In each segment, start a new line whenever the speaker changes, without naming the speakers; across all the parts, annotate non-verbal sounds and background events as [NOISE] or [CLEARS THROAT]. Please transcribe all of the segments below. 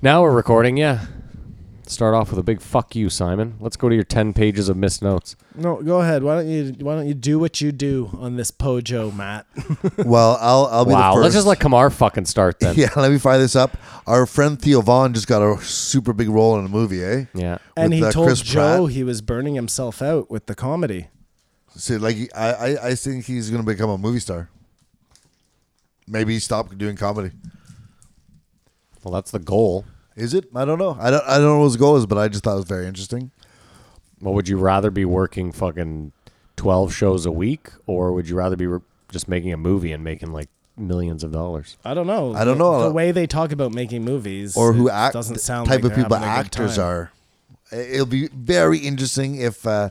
Now we're recording, yeah. Start off with a big fuck you, Simon. Let's go to your 10 pages of missed notes.
No, go ahead. Why don't you Why don't you do what you do on this Pojo,
[LAUGHS]
Matt?
Well, I'll I'll be
Wow,
the 1st
let's just let Kamar fucking start then.
[LAUGHS] yeah, let me fire this up. Our friend Theo Vaughn just got a super big role in a movie, eh?
Yeah.
and
With,
he
uh,
told
Chris
Joe
Pratt.
he was burning himself out with the comedy.
So like, I I, I think he's gonna become a movie star. Maybe stop doing comedy.
Well, that's the goal.
Is it? I don't know. I don't I don't know what his goal is, but I just thought it was very interesting.
Well, would you rather be working fucking 12 shows a week or would you rather be re- just making a movie and making like millions of dollars?
I don't know.
I don't
The-
know.
The way they talk about making movies
Or who
it
act
doesn't sound
type
like
of
they're
people
having a good
actors
time.
are. It'll be very interesting if uh,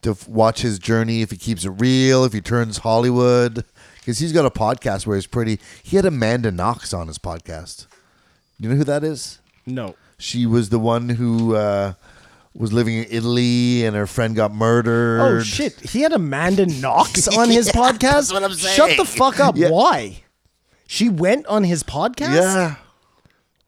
to f- watch his journey. If he keeps it real, if he turns Hollywood, because he's got a podcast where he's pretty. He had Amanda Knox on his podcast. You know who that is?
No.
She was the one who uh, was living in Italy, and her friend got murdered.
Oh shit! He had Amanda
[LAUGHS]
Knox on his podcast.
that's what I'm
Shut the
saying.
fuck up!
Yeah.
Why? She went on his podcast.
Yeah,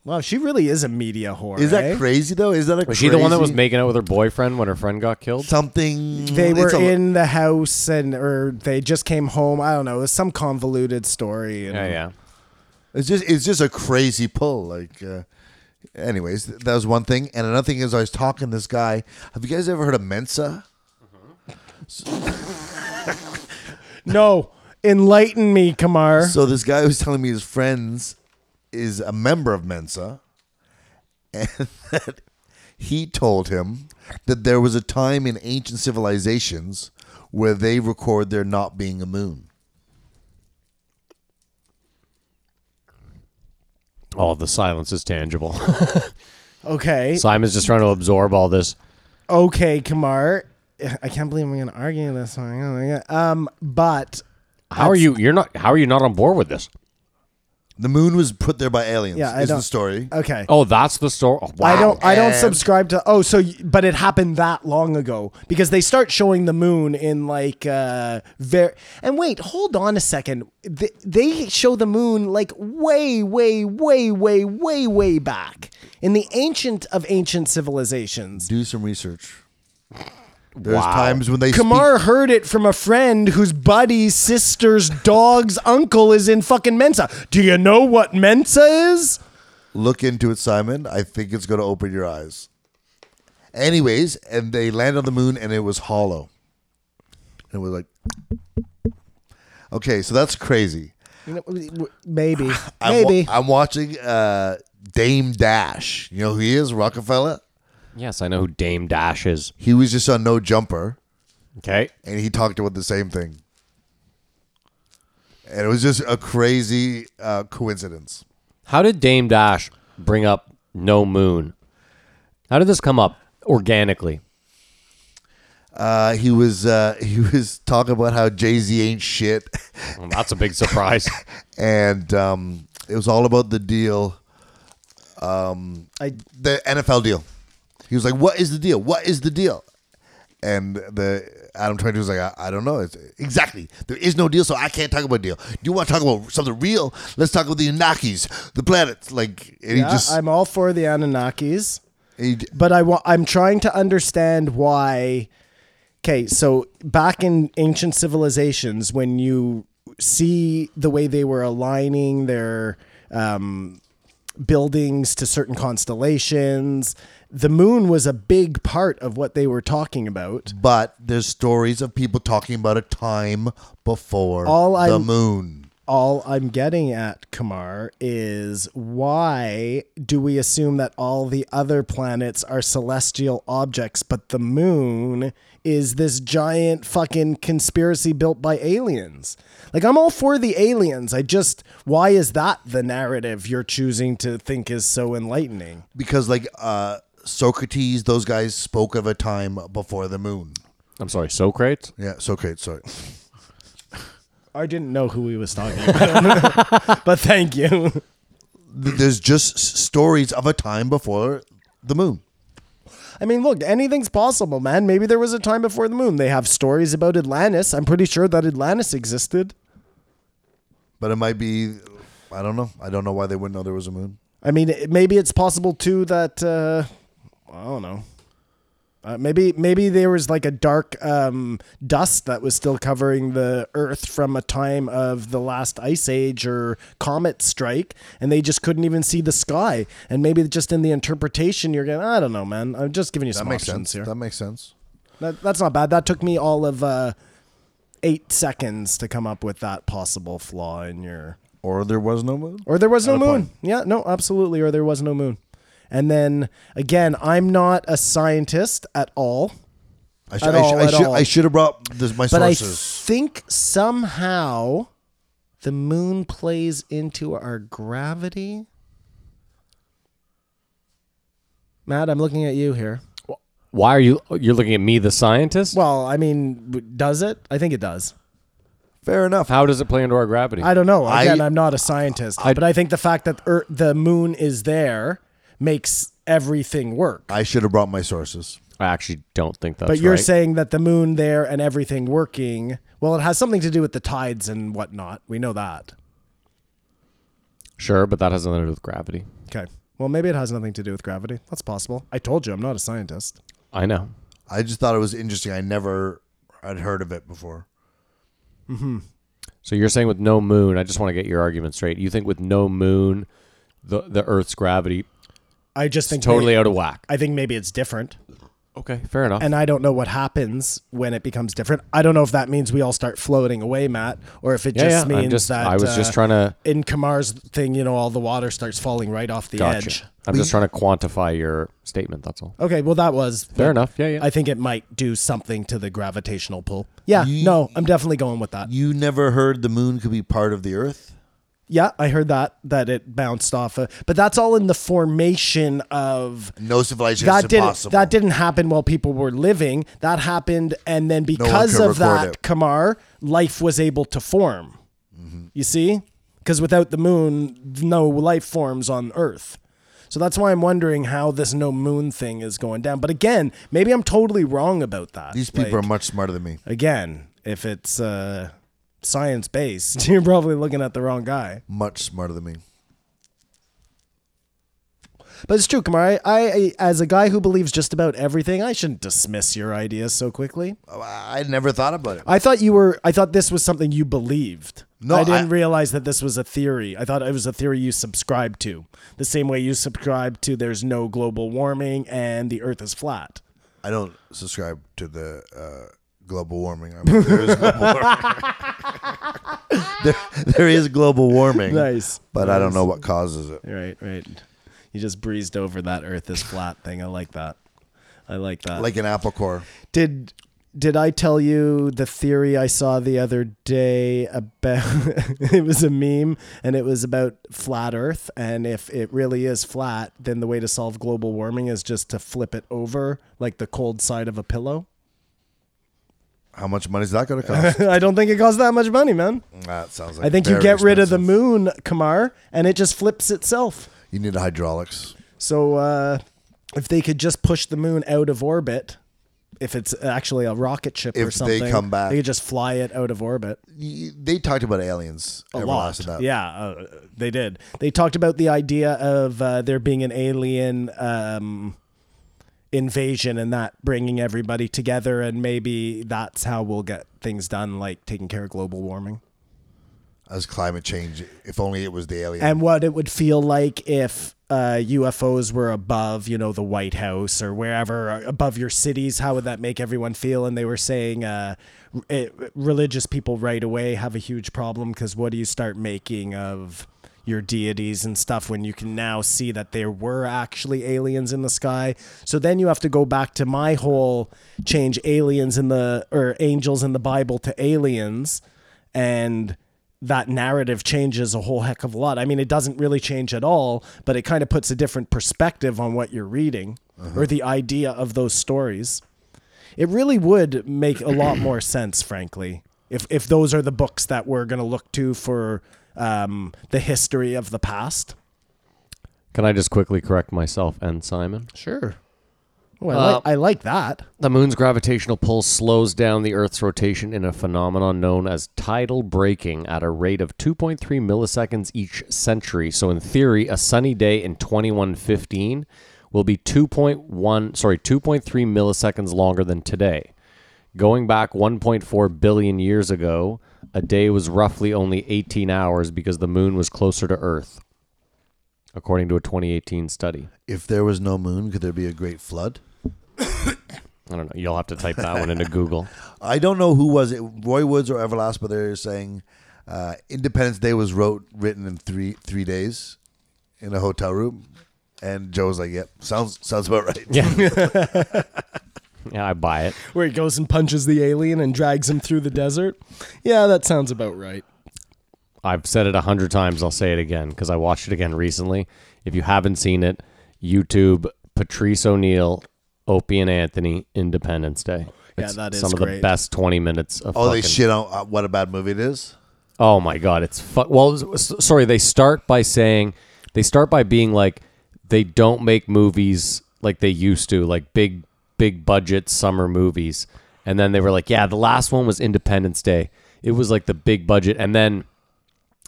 Wow, she really is a media whore.
is
eh?
that crazy though? Is that a
Was she the one that was
crazy-
making out with her boyfriend when her friend got
[LAUGHS]
killed?
something?
They
it's
were
a-
in the house and or they just came home. I don't know. It was some convoluted story. And
Yeah, yeah.
It's just it's just a crazy pull. Like, uh, anyways, th- that was one thing, and another thing is I was talking to this guy. Have you guys ever heard of Mensa?
No, enlighten me, Kamar.
So this guy was telling me his friends is a member of Mensa, [LAUGHS] and that he told him that there was a time in ancient civilizations where they record there not being a moon.
Oh, the silence is tangible. [LAUGHS]
okay,
Simon's just trying to absorb all this.
okay, Kamar. I can't believe I'm going to argue this one. Oh my God. Um, but
How are you you're not how are you not on board with this?
The moon was put there by aliens.
Yeah, I
is the
don't-
story.
okay.
Oh, that's the story. Oh, wow.
I don't. I don't
And-
subscribe to. Oh, so y- but it happened that long ago because they start showing the moon in like uh very. And wait, hold on a second. Th- They show the moon like way, way, way, way, way, way back in the ancient of ancient civilizations.
Do some research. There's
Wow.
times when they speak-
Kamar heard it from a friend whose buddy's sister's dog's uncle is in fucking Mensa. Do you know what Mensa is?
Look into it, Simon. I think it's going to open your eyes. Anyways, and they landed on the moon and it was hollow. And it was like, okay, so that's crazy.
You know, w- w- [SIGHS] Maybe.
I'm, wa-
Maybe.
I'm watching uh, Dame Dash. You know who he is? Rockefeller.
Yes, I know who Dame Dash is.
He was just on No Jumper
Okay.
and he talked about the same thing. And it was just a crazy uh, coincidence.
How did Dame Dash bring up No Moon? How did this come up organically?
Uh, he was uh, [LAUGHS] he was talking about how Jay Z ain't shit [LAUGHS]
Well, that's a big surprise.
and um, it was all about the deal, um,
I,
the NFL deal. He was like, "What is the deal? What is the deal?" And the Adam Twenty was like, I, "I don't know. It's, exactly. There is no deal, so I can't talk about deal. Do you want to talk about something real? Let's talk about the Yanakis, the planets. Like, and
yeah,
he just
I'm all for the Anunnakis.
he,
but I wa- I'm trying to understand why. Okay, so back in ancient civilizations, when you see the way they were aligning their um, buildings to certain constellations, the moon was a big part of what they were talking about.
but there's stories of people talking about a time before
All
the
I'm-
moon.
All I'm getting at, Kamar, is why do we assume that all the other planets are celestial objects, but the moon is this giant fucking conspiracy built by aliens? Like, I'm all for the aliens. I just, why is that the narrative you're choosing to think is so enlightening?
Because like uh, Socrates, those guys spoke of a time before the moon.
[LAUGHS] I'm sorry, Socrates?
Yeah, Socrates. Sorry.
I didn't know who he was talking about, [LAUGHS] but thank you.
th- there's just s- stories of a time before the moon.
I mean, look, anything's possible, man. Maybe there was a time before the moon. They have stories about Atlantis. I'm pretty sure that Atlantis existed.
But it might be, I don't know. I don't know why they wouldn't know there was a moon.
I mean, it- maybe it's possible too that uh, I don't know. Uh, maybe maybe there was like a dark um, dust that was still covering the Earth from a time of the last ice age or comet strike, and they just couldn't even see the sky. And maybe just in the interpretation, you're going, I don't know, man. I'm just giving you
That
some
makes
options
sense.
here.
That makes sense.
That, that's not bad. That took me all of uh, eight seconds to come up with that possible flaw in your.
Or there was no moon.
Or there was no
Not a
moon.
point.
Yeah, no, absolutely. Or there was no moon. And then again, I'm not a scientist at all,
I should.
At
I,
all,
should- I
at
should.
all.
I should have brought this, my
but
sources.
I think somehow the moon plays into our gravity. Matt, I'm looking at you here.
Why are you? You're looking at me, the scientist.
Well, I mean, w- does it? I think it does.
Fair enough.
How does it play into our gravity?
I don't know.
I-
Again, I, am not a scientist,
I-
but I think the fact that Ear- the moon is there makes everything work.
I should have brought my sources.
I actually don't think that's.
but you're
right.
saying that the moon there and everything working, well, it has something to do with the tides and whatnot. We know that.
sure, but that has nothing to do with gravity.
Okay. Well, maybe it has nothing to do with gravity. That's possible. I told you I'm not a scientist.
I know.
I just thought it was interesting. I never had heard of it before.
So you're saying with no moon, I just want to get your argument straight. You think with no moon, the the Earth's gravity
I just think
totally
may-
out of whack.
I think maybe it's different,
okay, fair enough.
and I don't know what happens when it becomes different. I don't know if that means we all start floating away, Matt, or if it
yeah,
just
yeah.
means
I'm just.
that
I was
uh,
just trying to.
in Kamar's thing, you know, all the water starts falling right off the
Gotcha.
edge.
I'm just trying to quantify your statement. That's all.
Okay, well that was
Fair enough. Yeah, yeah.
I think it might do something to the gravitational pull. Yeah,
Ye-
no, I'm definitely going with that.
You never heard the moon could be part of the Earth.
Yeah, I heard that that it bounced off, of, but that's all in the formation of.
No civilization
That
is
didn't
impossible.
that didn't happen while people were living. That happened, and then because
could
of
record
that,
it.
Kamar life was able to form.
Mm-hmm.
You see, because without the moon, no life forms on Earth. So that's why I'm wondering how this no moon thing is going down. But again, maybe I'm totally wrong about that.
These people
Like-
are much smarter than me.
again, if it's uh, science based, [LAUGHS] you're probably looking at the wrong guy.
Much smarter than me.
But it's true, Kamar. I, I, I- as a guy who believes just about everything, I shouldn't dismiss your ideas so quickly.
I I never thought about it.
I thought you were. I thought this was something you believed.
No,
I didn't
I-
realize that this was a theory. I thought it was a theory you subscribed to, the same way you subscribe to there's no global warming and the Earth is flat.
I don't subscribe to the uh, global warming. I mean, there is global warming. [LAUGHS] there, there is global warming.
Nice.
But I don't know what causes it.
Right, right. You just breezed over that Earth is flat thing. I like that. I like that.
Like an apple core.
did did I tell you the theory I saw the other day about [LAUGHS] it was a meme and it was about flat earth and if it really is flat then the way to solve global warming is just to flip it over like the cold side of a pillow. [LAUGHS]
How much money is that going to cost?
I don't think it costs that much money, man.
that sounds like
I think you
very
get rid of the
expensive.
moon, Kamar, and it just flips itself.
You need hydraulics.
So uh, if they could just push the moon out of orbit, if it's actually a rocket ship or
If they
something,
come back.
they could just fly it out of orbit.
Y- They talked about aliens.
a
every
lot.
last of that.
Yeah, uh, they did. They talked about the idea of uh, there being an alien um, invasion and that bringing everybody together, and maybe that's how we'll get things done, like taking care of global warming.
As climate change, if only it was the alien.
And what it would feel like if uh, UFOs were above, you know, the White House or wherever, or above your cities, how would that make everyone feel? And they were saying uh, r- it, religious people right away have a huge problem because what do you start making of your deities and stuff when you can now see that there were actually aliens in the sky? So then you have to go back to my whole change aliens in the, or angels in the Bible to aliens and that narrative changes a whole heck of a lot. I mean, it doesn't really change at all, but it kind of puts a different perspective on what you're reading or the idea of those stories. It really would make a lot more [CLEARS THROAT] sense, frankly, if if those are the books that we're going to look to for um, the history of the past.
Can I just quickly correct myself and Simon?
Sure. Well, I, like, I like that.
The moon's gravitational pull slows down the Earth's rotation in a phenomenon known as tidal braking at a rate of 2.3 milliseconds each century. So, in theory, a sunny day in 2115 will be 2.1, sorry, 2.3 milliseconds longer than today. Going back 1.4 billion years ago, a day was roughly only 18 hours because the moon was closer to Earth, according to a 2018 study.
If there was no moon, could there be a great flood?
I don't know. You'll have to type that one into Google.
I don't know who was it, Roy Woods or Everlast, but they're saying uh, Independence Day was wrote written in three three days in a hotel room, and Joe was like, "Yep, sounds sounds about right."
Yeah, I buy it.
Where he goes and punches the alien and drags him through the desert. Yeah, that sounds about right.
I've said it a hundred times. I'll say it again because I watched it again recently. If you haven't seen it, YouTube Patrice O'Neill, Opie and Anthony, Independence Day.
Yeah, that is
some of the
great.
best twenty minutes of.
All they
fucking-
shit on uh, what a bad movie it is.
Oh my god, it's fu- well. s- s- Sorry, they start by saying they start by being like they don't make movies like they used to, like big big budget summer movies. And then they were like, yeah, the last one was Independence Day. It was like the big budget, and then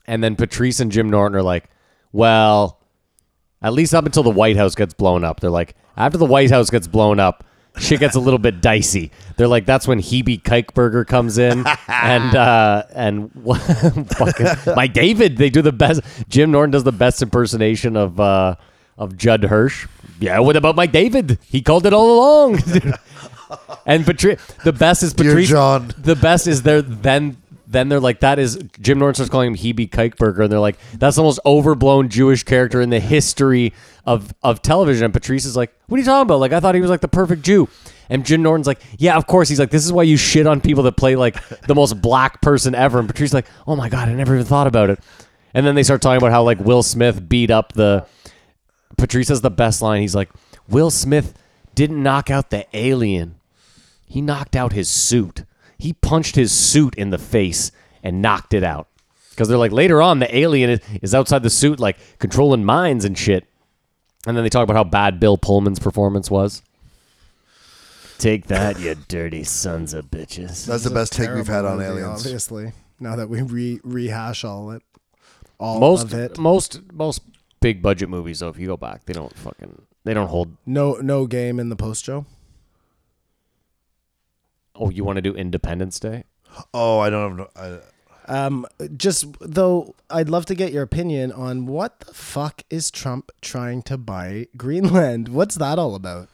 and then Patrice and Jim Norton are like, well, at least up until the White House gets blown up. They're like, after the White House gets blown up, shit gets a little bit dicey. They're like, that's when Hebe Kikeberger comes in and uh, and [LAUGHS] fucking my David. They do the best. Jim Norton does the best impersonation of uh, of Judd Hirsch. Yeah, what about my David? He called it all along. [LAUGHS] and Patrice, the best is
Dear
Patrice.
John.
The best is they're then then they're like that is Jim Norton starts calling him Hebe Kikeberger, and they're like that's the most overblown Jewish character in the history of of television. And Patrice is like, what are you talking about? Like I thought he was like the perfect Jew. And Jim Norton's like, yeah, of course. He's like, this is why you shit on people that play like the most black person ever. And Patrice's like, oh my god, I never even thought about it. And then they start talking about how like Will Smith beat up the Patrice has the best line. He's like, Will Smith didn't knock out the alien. He knocked out his suit. He punched his suit in the face and knocked it out. Because they're like, later on, the alien is, is outside the suit, like controlling minds and shit. And then they talk about how bad Bill Pullman's performance was. Take that, you dirty sons of bitches.
That's the best take we've had
Terrible
on
movie,
aliens.
Obviously, now that we re- rehash all it, all
most
of it.
most most big budget movies, though, if you go back, they don't fucking they don't hold.
No, no game in the post show.
Oh, you want to do Independence Day?
Oh, I don't have. No, I,
Um, just though, I'd love to get your opinion on what the fuck is Trump trying to buy Greenland? [LAUGHS] What's that all about?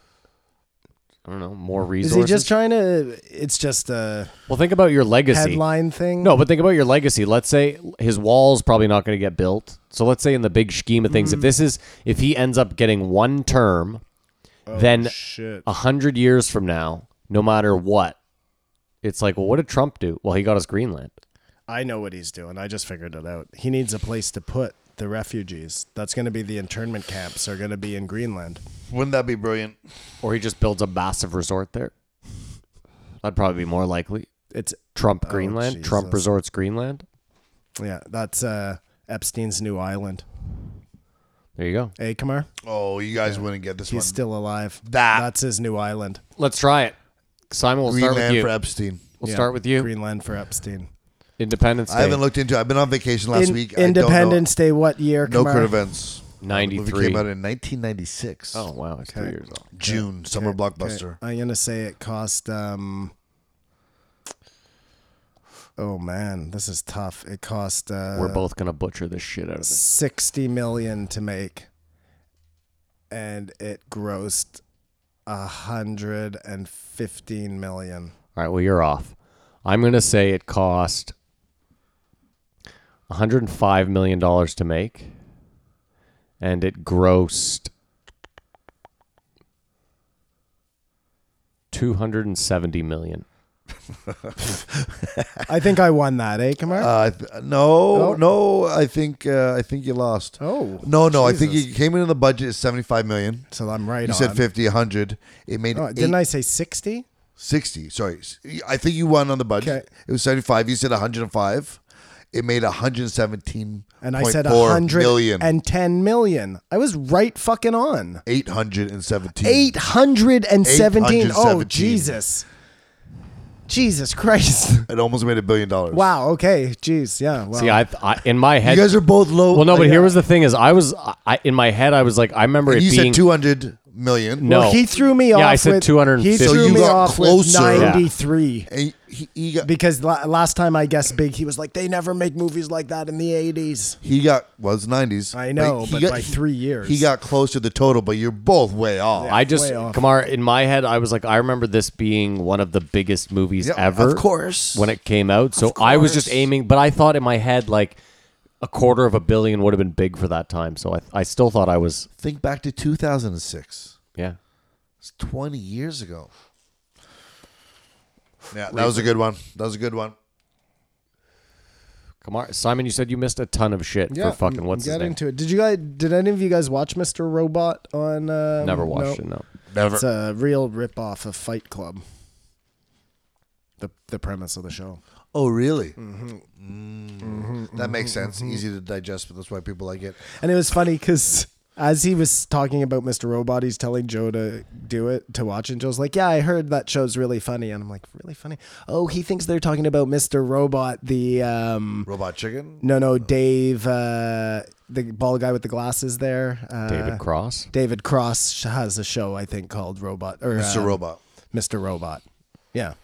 I don't know. More
Is
resources.
he just trying to? It's just a
Well, think about your legacy.
headline thing.
No, but think about your legacy. Let's say his wall's probably not going to get built. So let's say in the big scheme of
Mm.
things, if this is if he ends up getting one term,
Oh,
then
shit.
a hundred years from now, no matter what, it's like, well, what did Trump do? Well, he got us Greenland.
I know what he's doing. I just figured it out. He needs a place to put the refugees. That's going to be the internment camps. Are going to be in Greenland.
wouldn't that be brilliant?
Or he just builds a massive resort there. That'd probably be more likely.
It's
Trump
Oh,
Greenland. Trump
Jesus.
resorts Greenland.
yeah. That's uh, Epstein's new island.
There you go.
Hey, Kamar,
Oh, you guys wouldn't get this
he's
one.
still alive.
That-
that's his new island.
Let's try it. Simon, we'll start with
Greenland
you.
for Epstein.
we'll
Yeah,
start with you.
Greenland for Epstein.
Independence Day.
I haven't looked into. it. I've been on vacation last
In-
week.
Independence Day, what year?
I don't know, no
Kumar?
current events. The movie
93.
came out in 1996.
Oh, wow. It's three years old.
June summer blockbuster.
Okay, I'm gonna say it cost. Um, oh man, this is tough. It cost uh,
We're both gonna butcher this shit out of this.
sixty million to make, and it grossed a hundred and fifteen million.
All right, well you're off. I'm gonna say it cost 105 million dollars to make, and it grossed 270 million.
I think I won that, eh, Kamar?
[LAUGHS] Uh, I th- no, no, I think uh, I think you lost.
Oh,
no, no, I think
Jesus.
you came in on the budget is seventy five million.
so I'm right. on.
You said 50, 100. It made
Oh,
eight-
didn't I say sixty?
60. Sorry, S- I think you won on the budget.
Okay.
It was seventy five. You said one hundred and five. It made 117
And I said 110 million. I was right fucking
Hmm.
on.
817.
817. Oh,
817.
Jesus. Jesus Christ. [LAUGHS]
It almost made a billion dollars.
Wow. Okay. Jeez. Yeah. Wow.
See, I, I in my
You
head.
guys are both low.
well, no, but
Yeah.
here was the thing: is I was, I in my head, I was like, I remember it
you
being
said 200 million.
no.
Well, he threw me
Yeah,
off.
I said
with,
250.
He
So
threw
you
me
got
off
closer.
with
Yeah.
93.
And he, he got
Because la- last time I guessed big, he was like, they never make movies like that in the 80s.
he got was 90s.
I know,
he
but by three years.
He got close to the total, but you're both way off.
I just
way off.
Kamar in my head I was like I remember this being one of the biggest movies
Yeah,
ever
Of course.
when it came out so I was just
course.
aiming but I thought in my head like a quarter of a billion would have been big for that time so I, I still thought I was
Think back to 2006.
yeah
It's 20 years ago. Yeah, that was a good one. That was a good one.
Kamar Simon you said you missed a ton of shit for fucking what's
get
his name
into it. Did you guys? Did any of you guys watch Mr. Robot on? Uh,
never watched it no
Never.
It's a real ripoff of Fight Club. The the premise of the show.
oh, really? Mm-hmm.
Mm-hmm.
that makes sense. Easy to digest, but that's why people like it.
And it was funny because as he was talking about Mr. Robot, he's telling Joe to do it, to watch. And Joe's like, Yeah, I heard that show's really funny. And I'm like, Really funny? Oh, he thinks they're talking about Mr. Robot, the. um
Robot Chicken?
No, no, Dave, uh, the bald guy with the glasses there. Uh,
David Cross
David Cross has a show, I think, called Robot. Or,
Mr.
uh,
Robot.
Mr. Robot. Yeah.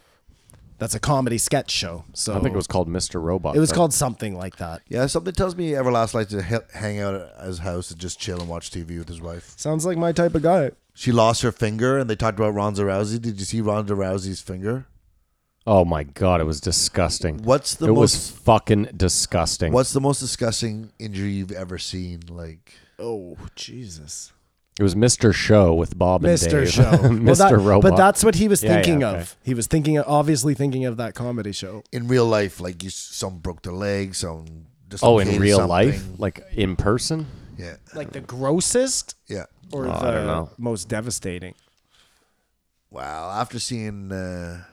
That's a comedy sketch show. So
I think it was called Mr. Robot
It was
but-
called something like that.
Yeah, something tells me Everlast likes to he- hang out at his house and just chill and watch TV with his wife.
Sounds like my type of guy.
She lost her finger, and they talked about Ronda Rousey. Did you see Ronda Rousey's finger?
Oh my god it was disgusting
What's the
It was
most?
fucking disgusting
What's the most disgusting injury you've ever seen? Like,
Oh, Jesus.
It was Mr. Show with Bob and
Mr.
Dave [LAUGHS]
Show. Well,
Mr.
that-
Robot
But that's what he was
Yeah, yeah,
thinking
okay.
of. He was thinking, obviously thinking of that comedy show.
in real life, like you, some broke their leg, some.
Oh, in
dislocated
real life,
something.
like in person.
yeah,
Like the grossest
yeah.
or
Oh, I don't
the
know.
most devastating?
Wow, after seeing uh,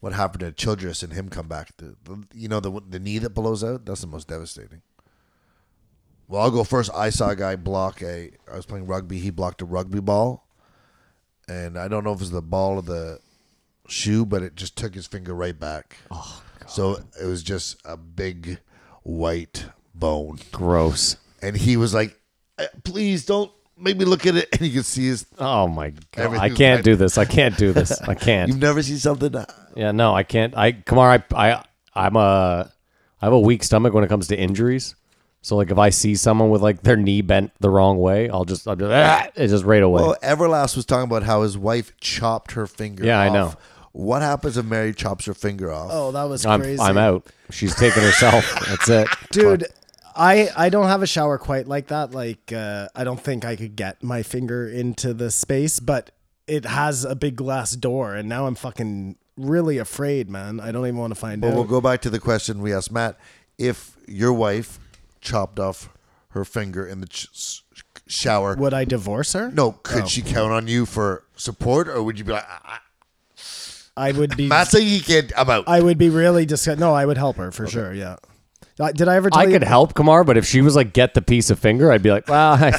what happened to Childress and him come back, the, the, you know the the knee that blows out. That's the most devastating. Well, I'll go first. I saw a guy block a. I was playing rugby. He blocked a rugby ball, and I don't know if it was the ball or the shoe, but it just took his finger right back. Oh, God. So it was just a big white bone,
Gross.
and he was like, "Eh, "Please don't make me look at it." [LAUGHS] And you could see his.
Oh my god! I
Everything's
can't
right.
do this. I can't do this. I
[LAUGHS]
You've
can't.
never seen something.
Yeah, no, I can't. I Kamar, I, I, I'm a, I have a weak stomach when it comes to injuries. So like, if I see someone with like their knee bent the wrong way, I'll just, I'll just, ah, it's just right away.
Well, Oh, Everlast was talking about how his wife chopped her finger.
Yeah, I
off.
know.
What happens if Mary chops her finger off?
Oh, that was
I'm,
crazy.
I'm out. She's taking
[LAUGHS]
herself. That's it,
Dude, I, I don't have a shower quite like that. Like, uh, I don't think I could get my finger into the space, but it has a big glass door, and now I'm fucking really afraid, man. I don't even want to find
But
out.
we'll go back to the question we asked Matt: If your wife chopped off her finger in the ch- s- shower,
Would I divorce her?
no, could she count on you for support, or would you be like, "Ah, ah,
I would be.
Matt's like, he can't, I'm out.
I would be really disgust. No, I would help her for sure. Yeah. Uh, Did I ever tell
I
you?
could help Kamar, but if she was like, get the piece of finger, I'd be like, well, I,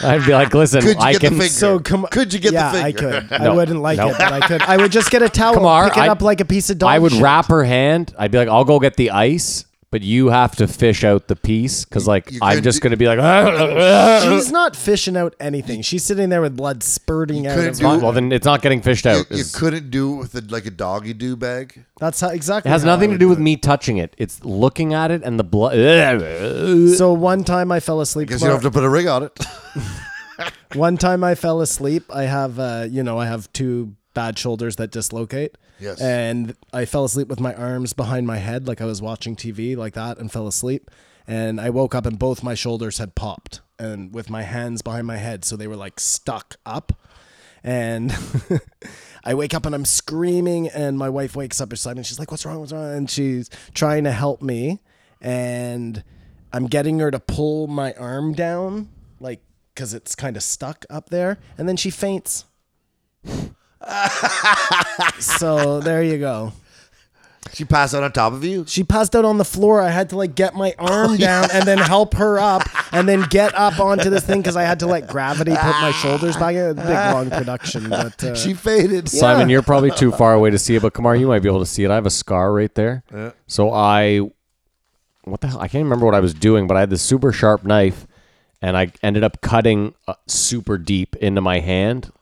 I'd be like, listen,
could you
I
get
can.
the finger?
So come.
could you get
yeah,
the
I
finger? [LAUGHS]
could. I
No.
wouldn't like
No.
it, but I could. I would just get a towel,
Kamar,
pick it
I-
up like a piece of dog.
I would
shit.
wrap her hand. I'd be like, I'll go get the ice, but you have to fish out the piece because, like,
you
I'm
could
just
do-
gonna be like, [LAUGHS] well,
She's not fishing out anything. She's sitting there with blood spurting out.
couldn't
Of
do-
her.
then it's not getting fished
you,
out.
you
It's-
couldn't do it with a, like a doggy do bag.
That's how exactly.
it has
how I
nothing to
would
do with me touching it. It's looking at it and the blood.
it. So one time I fell asleep.
Guess you don't have to put a ring on it.
One time I fell asleep. I have, uh, you know, I have two bad shoulders that dislocate.
Yes.
And I fell asleep with my arms behind my head, like I was watching TV, like that, and fell asleep. And I woke up, and both my shoulders had popped, and with my hands behind my head, so they were like stuck up. And [LAUGHS] I wake up and I'm screaming, and my wife wakes up beside me. And she's like, "What's wrong? What's wrong?" And she's trying to help me, and I'm getting her to pull my arm down, like because it's kind of stuck up there, and then she faints. so there you go.
[LAUGHS] She passed out on top of you.
She passed out on the floor. I had to like get [LAUGHS] my arm down and then help her up and then get up onto this thing because I had to let gravity put my shoulders back. A big long production, [LAUGHS] but uh,
She
[LAUGHS]
faded.
Simon, you're probably too far away to see it, but Kamar, you might be able to see it. I have a scar right there. So I, what the hell? I can't remember what I was doing, but I had this super sharp knife, and I ended up cutting uh, super deep into my hand.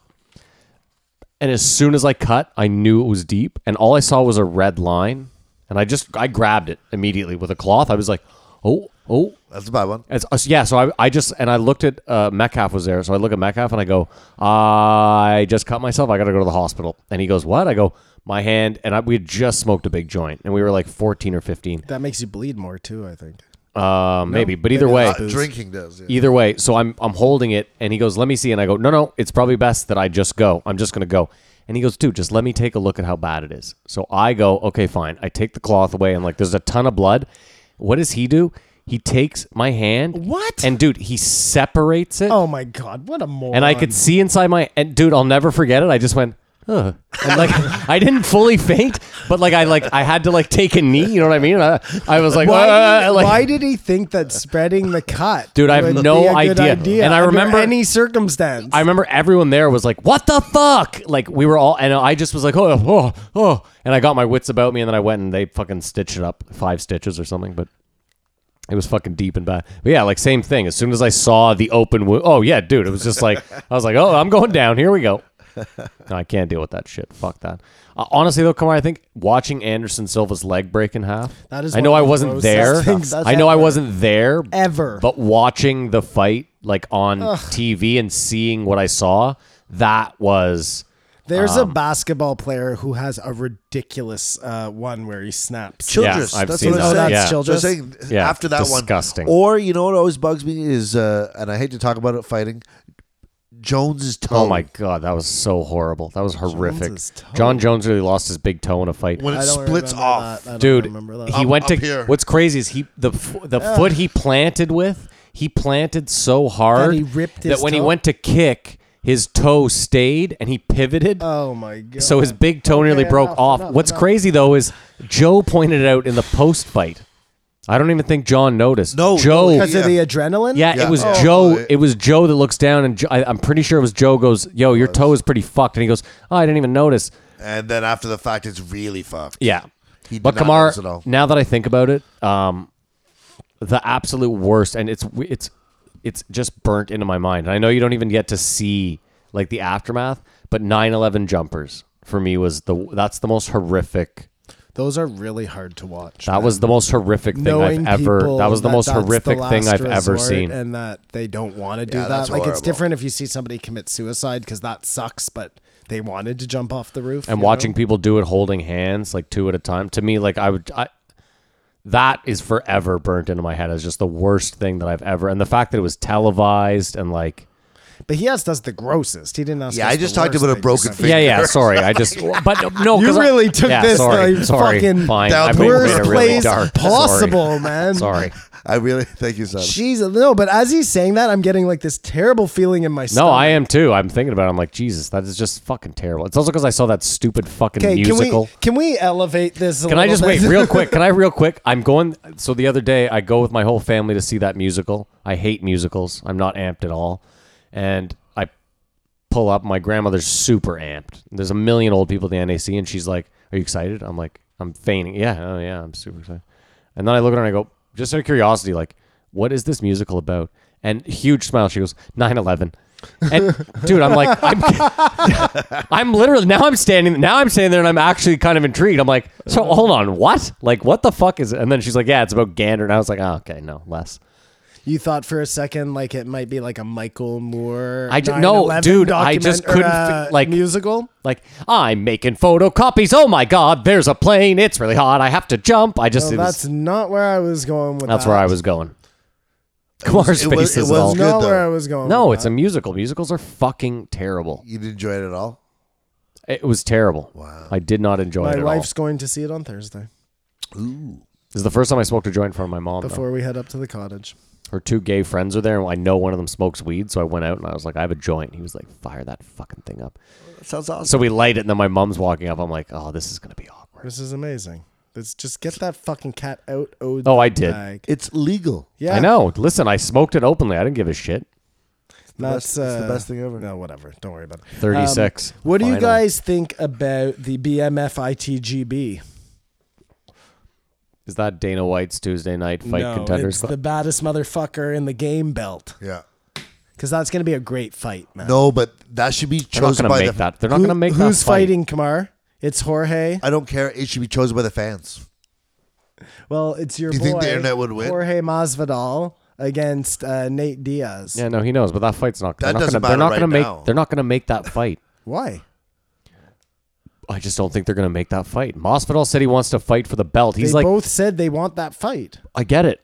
And as soon as I cut, I knew it was deep, and all I saw was a red line. And I just I grabbed it immediately with a cloth. I was like, oh, oh,
That's a bad one.
it's, uh, yeah, so I, I just and I looked at uh, Metcalf was there, so I look at Metcalf and I go, I just cut myself. I got to go to the hospital. And he goes, What? I go, My hand. And I, we had just smoked a big joint, and we were like fourteen or fifteen,
that makes you bleed more too. I think.
uh, maybe. But either way,
Uh, drinking does. Yeah.
either way. So I'm I'm holding it, and he goes, "Let me see." And I go, "No, no, it's probably best that I just go. I'm just gonna go." And he goes, "Dude, just let me take a look at how bad it is." So I go, "Okay, fine." I take the cloth away, and like, there's a ton of blood. What does he do? He takes my hand.
What?
And dude, he separates it,
Oh my god, what a moron!
and I could see inside my. And dude, I'll never forget it. I just went. Huh. And like [LAUGHS] I didn't fully faint, but like I like I had to like take a knee. You know what I mean? And I, I was like,
Why,
"Uh,"
did,
[LAUGHS] like,
why did he think that spreading the cut,
Dude, I have
would
no
be a good
idea.
idea
And I
under
remember-
any circumstance.
I remember everyone there was like, "What the fuck?" Like we were all, and I just was like, "Oh, oh, oh," and I got my wits about me, and then I went and they fucking stitched it up, five stitches or something, but it was fucking deep and bad. But yeah, like same thing. As soon as I saw the open wound, oh yeah, dude, it was just like I was like, "Oh, I'm going down. Here we go." No, I can't deal with that shit. Fuck that. Uh, honestly, though, Kamar, I think watching Anderson Silva's leg break in half.
That is
I know
one
I
of the
wasn't
grossest
there.
things
I know I wasn't there
Ever.
but watching the fight like on TV and seeing what I saw, that was
There's
um,
a basketball player who has a ridiculous uh, one where he snaps.
Childress.
Yeah, I've
that's
seen
what
that.
I'm saying.
Yeah.
So I'm
Childress?
saying
Yeah,
after that
disgusting.
one, or you know what always bugs me is, uh, and I hate to talk about it, fighting Jones's toe.
oh my god, that was so horrible. That was horrific.
Jones's toe.
John Jones really lost his big toe in a fight.
when it
I don't
splits
remember
off.
that. I don't
Dude,
remember that.
he
Up-
went to
up here.
what's crazy is he the f- the foot he planted with, he planted so hard
That he ripped
that
his
when he
toe?
went to kick, his toe stayed and he pivoted.
oh my god!
So his big toe nearly
Okay,
broke
enough,
off.
enough,
What's
enough.
crazy though is Joe pointed it out in the post fight. I don't even think John noticed.
No,
Joe.
no,
because of the adrenaline.
yeah,
Yeah.
it was
Oh,
Joe.
oh, it-
It was Joe that looks down, and Joe, I, I'm pretty sure it was Joe. Goes, yo, your toe is pretty fucked, and he goes, oh, I didn't even notice.
And then after the fact, it's really fucked.
Yeah,
He did
but
not
Kamar,
notice at all.
now that I think about it, um, the absolute worst, and it's it's it's just burnt into my mind. And I know you don't even get to see like the aftermath, but 9/11 jumpers for me was the that's the most horrific
those are really hard to watch.
That was the most horrific thing
Knowing
I've ever.
people
That was the most
that's
horrific
the
thing
last
I've ever
resort
seen.
and that they don't want to do
Yeah,
that.
that's
Like it's
horrible.
different if you see somebody commit suicide because that sucks, but they wanted to jump off the roof.
And
you know?
watching people do it holding hands, like two at a time, to me, like I would, I, that is forever burnt into my head as just the worst thing that I've ever. And the fact that it was televised and like,
but he asked us the grossest. He didn't ask.
Yeah,
us
I
the
just talked
worst
about a
things.
broken finger.
yeah, yeah, sorry, I just, but no,
You
'cause I-
really took
yeah,
this
Sorry,
like
sorry,
fucking
fine,
down
I
the
made it
Worst
really
place
dark. Sorry.
[LAUGHS]
[LAUGHS]
possible, man.
Sorry,
I really [LAUGHS] thank you, Simon.
Jesus, no. But as he's saying that, I'm getting like this terrible feeling in my
no,
stomach.
I am too. I'm thinking about. it. I'm like, Jesus, that is just fucking terrible. It's also because I saw that stupid fucking
Okay, can
musical.
we can we elevate this? A
Can I
little
just
bit?
wait real
[LAUGHS]
quick? Can I real quick? I'm going. So the other day, I go with my whole family to see that musical. I hate musicals. I'm not amped at all, and I pull up. My grandmother's super amped. There's a million old people at the NAC, and she's like, "Are you excited?" I'm like, "I'm fainting." Yeah, oh yeah, I'm super excited. And then I look at her and I go, just out of curiosity, like, what is this musical about? And huge smile. She goes, 9-11. And dude, I'm like, I'm, I'm literally now I'm standing now I'm standing there and I'm actually kind of intrigued. I'm like, so hold on, what? Like, what the fuck is? It? And then she's like, yeah, it's about Gander, and I was like, oh, okay, no, less.
You thought for a second like it might be like a Michael Moore.
I ju- no,
9/11
dude, I just
document- or,
couldn't
uh,
fi- like-
musical.
Like, I'm making photocopies. Oh my god, there's a plane. It's really hot. I have to jump. I just
No,
it was-
that's not where I was going with
that's
that.
where I was going. Kamar's
it was-
face
it
is
was
all.
good.
Not where
though.
I was going.
No,
with
it's a musical. Musicals are fucking terrible.
You didn't enjoy it at all.
It was terrible. Wow. I did not enjoy
that.
it
my
at
wife's going to see it on Thursday
all. This is the first time I smoked a joint in front of my mom. though.
before we head up to the cottage.
her two gay friends are there, and I know one of them smokes weed, so I went out and I was like, I have a joint. He was like, fire that fucking thing up.
That sounds awesome.
So we light it, and then my mom's walking up. I'm like, oh, this is gonna be awkward.
This is amazing. Let's just get that fucking cat out.
Oh, I did.
It's legal.
Yeah,
I know. Listen, I smoked it openly. I didn't give a shit.
That's
best- it's the
uh,
best thing ever.
No, whatever. Don't worry about it. Um,
36.
What do you
Finally.
guys think about the BMF ITGB?
Is that Dana White's Tuesday night fight
no,
contenders?
it's the baddest motherfucker in the game belt.
Yeah.
Because that's going to be a great fight, man.
No, but that should be
They're not
chosen
going to
by
make
the.
that. They're not
Who-
going to make that.
who's
fight.
fighting Kamar? It's Jorge.
I don't care. It should be chosen by the fans.
Well, it's your
Do you
boy,
think the internet would win?
Jorge Masvidal against uh, Nate Diaz.
Yeah, no, he knows, but that fight's not.
That
they're not
doesn't
gonna, they're not
matter
gonna
right
make.
now.
They're not going to make that fight.
Why?
I just don't think they're going to make that fight. Masvidal said he wants to fight for the belt. He's
they
like,
both said they want that fight.
I get it,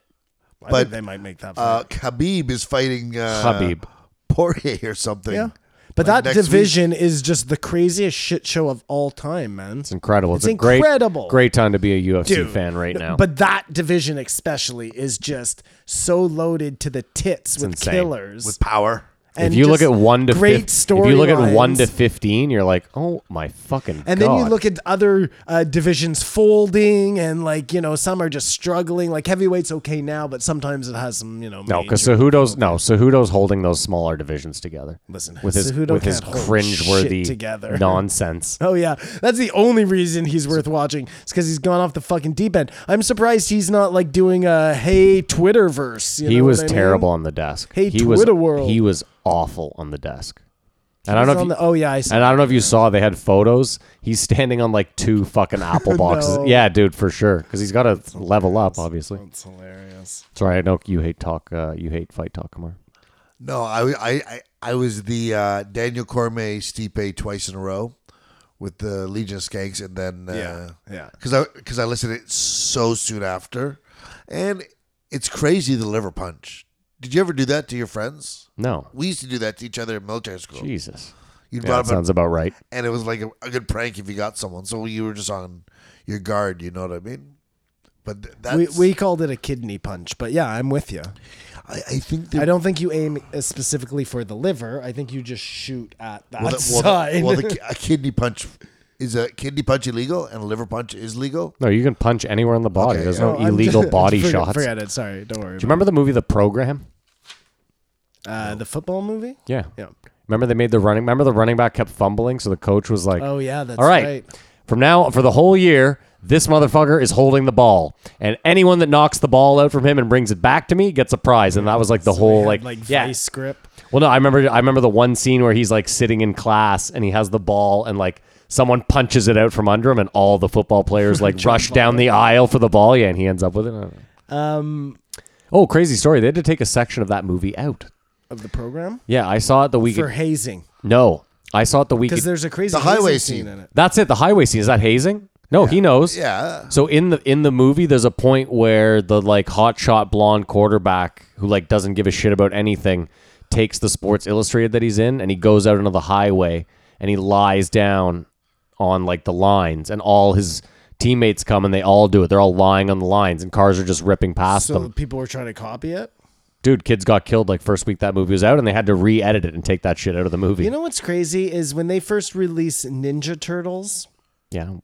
I
But,
think they might make that fight.
Uh, Khabib is fighting uh,
Habib.
Poirier or something.
yeah. But
like
that
next
division is just the craziest shit show of all time, man.
It's incredible. It's,
It's
a great,
incredible.
great time to be a UFC
Dude.
fan right
[LAUGHS]
now.
But that division especially is just so loaded to the tits with
insane.
killers.
With power.
if you look
just
at one to
great
fif- if you look at one to
storylines.
fifteen, you're like, oh my fucking.
And then you look at other uh, divisions folding, and like you know, some are just struggling. Like heavyweight's okay now, but sometimes it has some you know.
No, because
major-
Cejudo's no Cejudo's holding those smaller divisions together.
Listen,
with his
Cejudo
with his
can't hold shit together.
cringeworthy nonsense.
[LAUGHS] oh yeah, that's the only reason he's worth watching. It's because he's gone off the fucking deep end. I'm surprised he's not like doing a hey Twitter verse.
He was terrible on the desk.
Hey,
he was,
Twitter world.
He was awful on the desk. And I
I
don't know. If you,
oh yeah, I saw.
and I don't know if you saw they had photos. He's standing on like two fucking
[LAUGHS]
apple boxes.
No.
Yeah, dude, for sure. Because he's got to level up. Obviously.
That's hilarious.
Sorry, I know you hate talk. Uh, you hate fight talk, Kamar.
No, I I I, I was the uh, Daniel Cormier Stipe twice in a row with the Legion of Skanks, and then uh,
yeah.
because I because I listened to it so soon after, and it's crazy the liver punch. Did you ever do that to your friends?
No,
We used to do that to each other in military school.
Jesus.
You
Yeah,
brought
that
up,
sounds about right.
a, and it was like a, a good prank if you got someone. So you were just on your guard. You know what I mean? But th-
We,
that's
we called it a kidney punch, but yeah, I'm with you.
I, I think
I
the,
don't think you aim uh, specifically for the liver. I think you just shoot at that
well, the, well, the,
[LAUGHS]
side.
well the, ki- a kidney punch is a kidney punch illegal and a liver punch is legal.
No, you can punch anywhere in the body.
Okay,
There's
yeah.
no,
No, [LAUGHS] I'm
illegal
[LAUGHS] just-
body
forget,
shots.
Forget it. Sorry, don't worry.
Do you remember the movie The Program?
about it. uh, the football movie?
Yeah.
Yeah.
Remember they made the running. Remember the running back kept fumbling, so the coach was like,
Oh yeah, that's
All right.
right.
From now for the whole year, this motherfucker is holding the ball, and anyone that knocks the ball out from him and brings it back to me gets a prize. And that was like the
We
whole
had,
like,
like
yeah.
vice grip.
Well, no, I remember. I remember the one scene where he's like sitting in class and he has the ball and like someone punches it out from under him, and all the football players like rush down the aisle for the ball. Yeah, and he ends up with it. I don't know.
Um,
Oh, crazy story! They had to take a section of that movie out.
of the program
Yeah, I saw it the week.
for hazing
no, I saw it the week.
because there's a crazy
The highway
hazing
scene.
in it.
That's it. The highway scene is that hazing? No, he knows.
Yeah.
So in the in the movie, there's a point where the like hotshot blonde quarterback who like doesn't give a shit about anything takes the Sports Illustrated that he's in and he goes out onto the highway and he lies down on like the lines and all his teammates come and they all do it. They're all lying on the lines and cars are just ripping past
So
them.
people were trying to copy it.
Dude, kids got killed like first week that movie was out and they had to re-edit it and take that shit out of the movie.
You know what's crazy is when they first released Ninja Turtles,
yeah,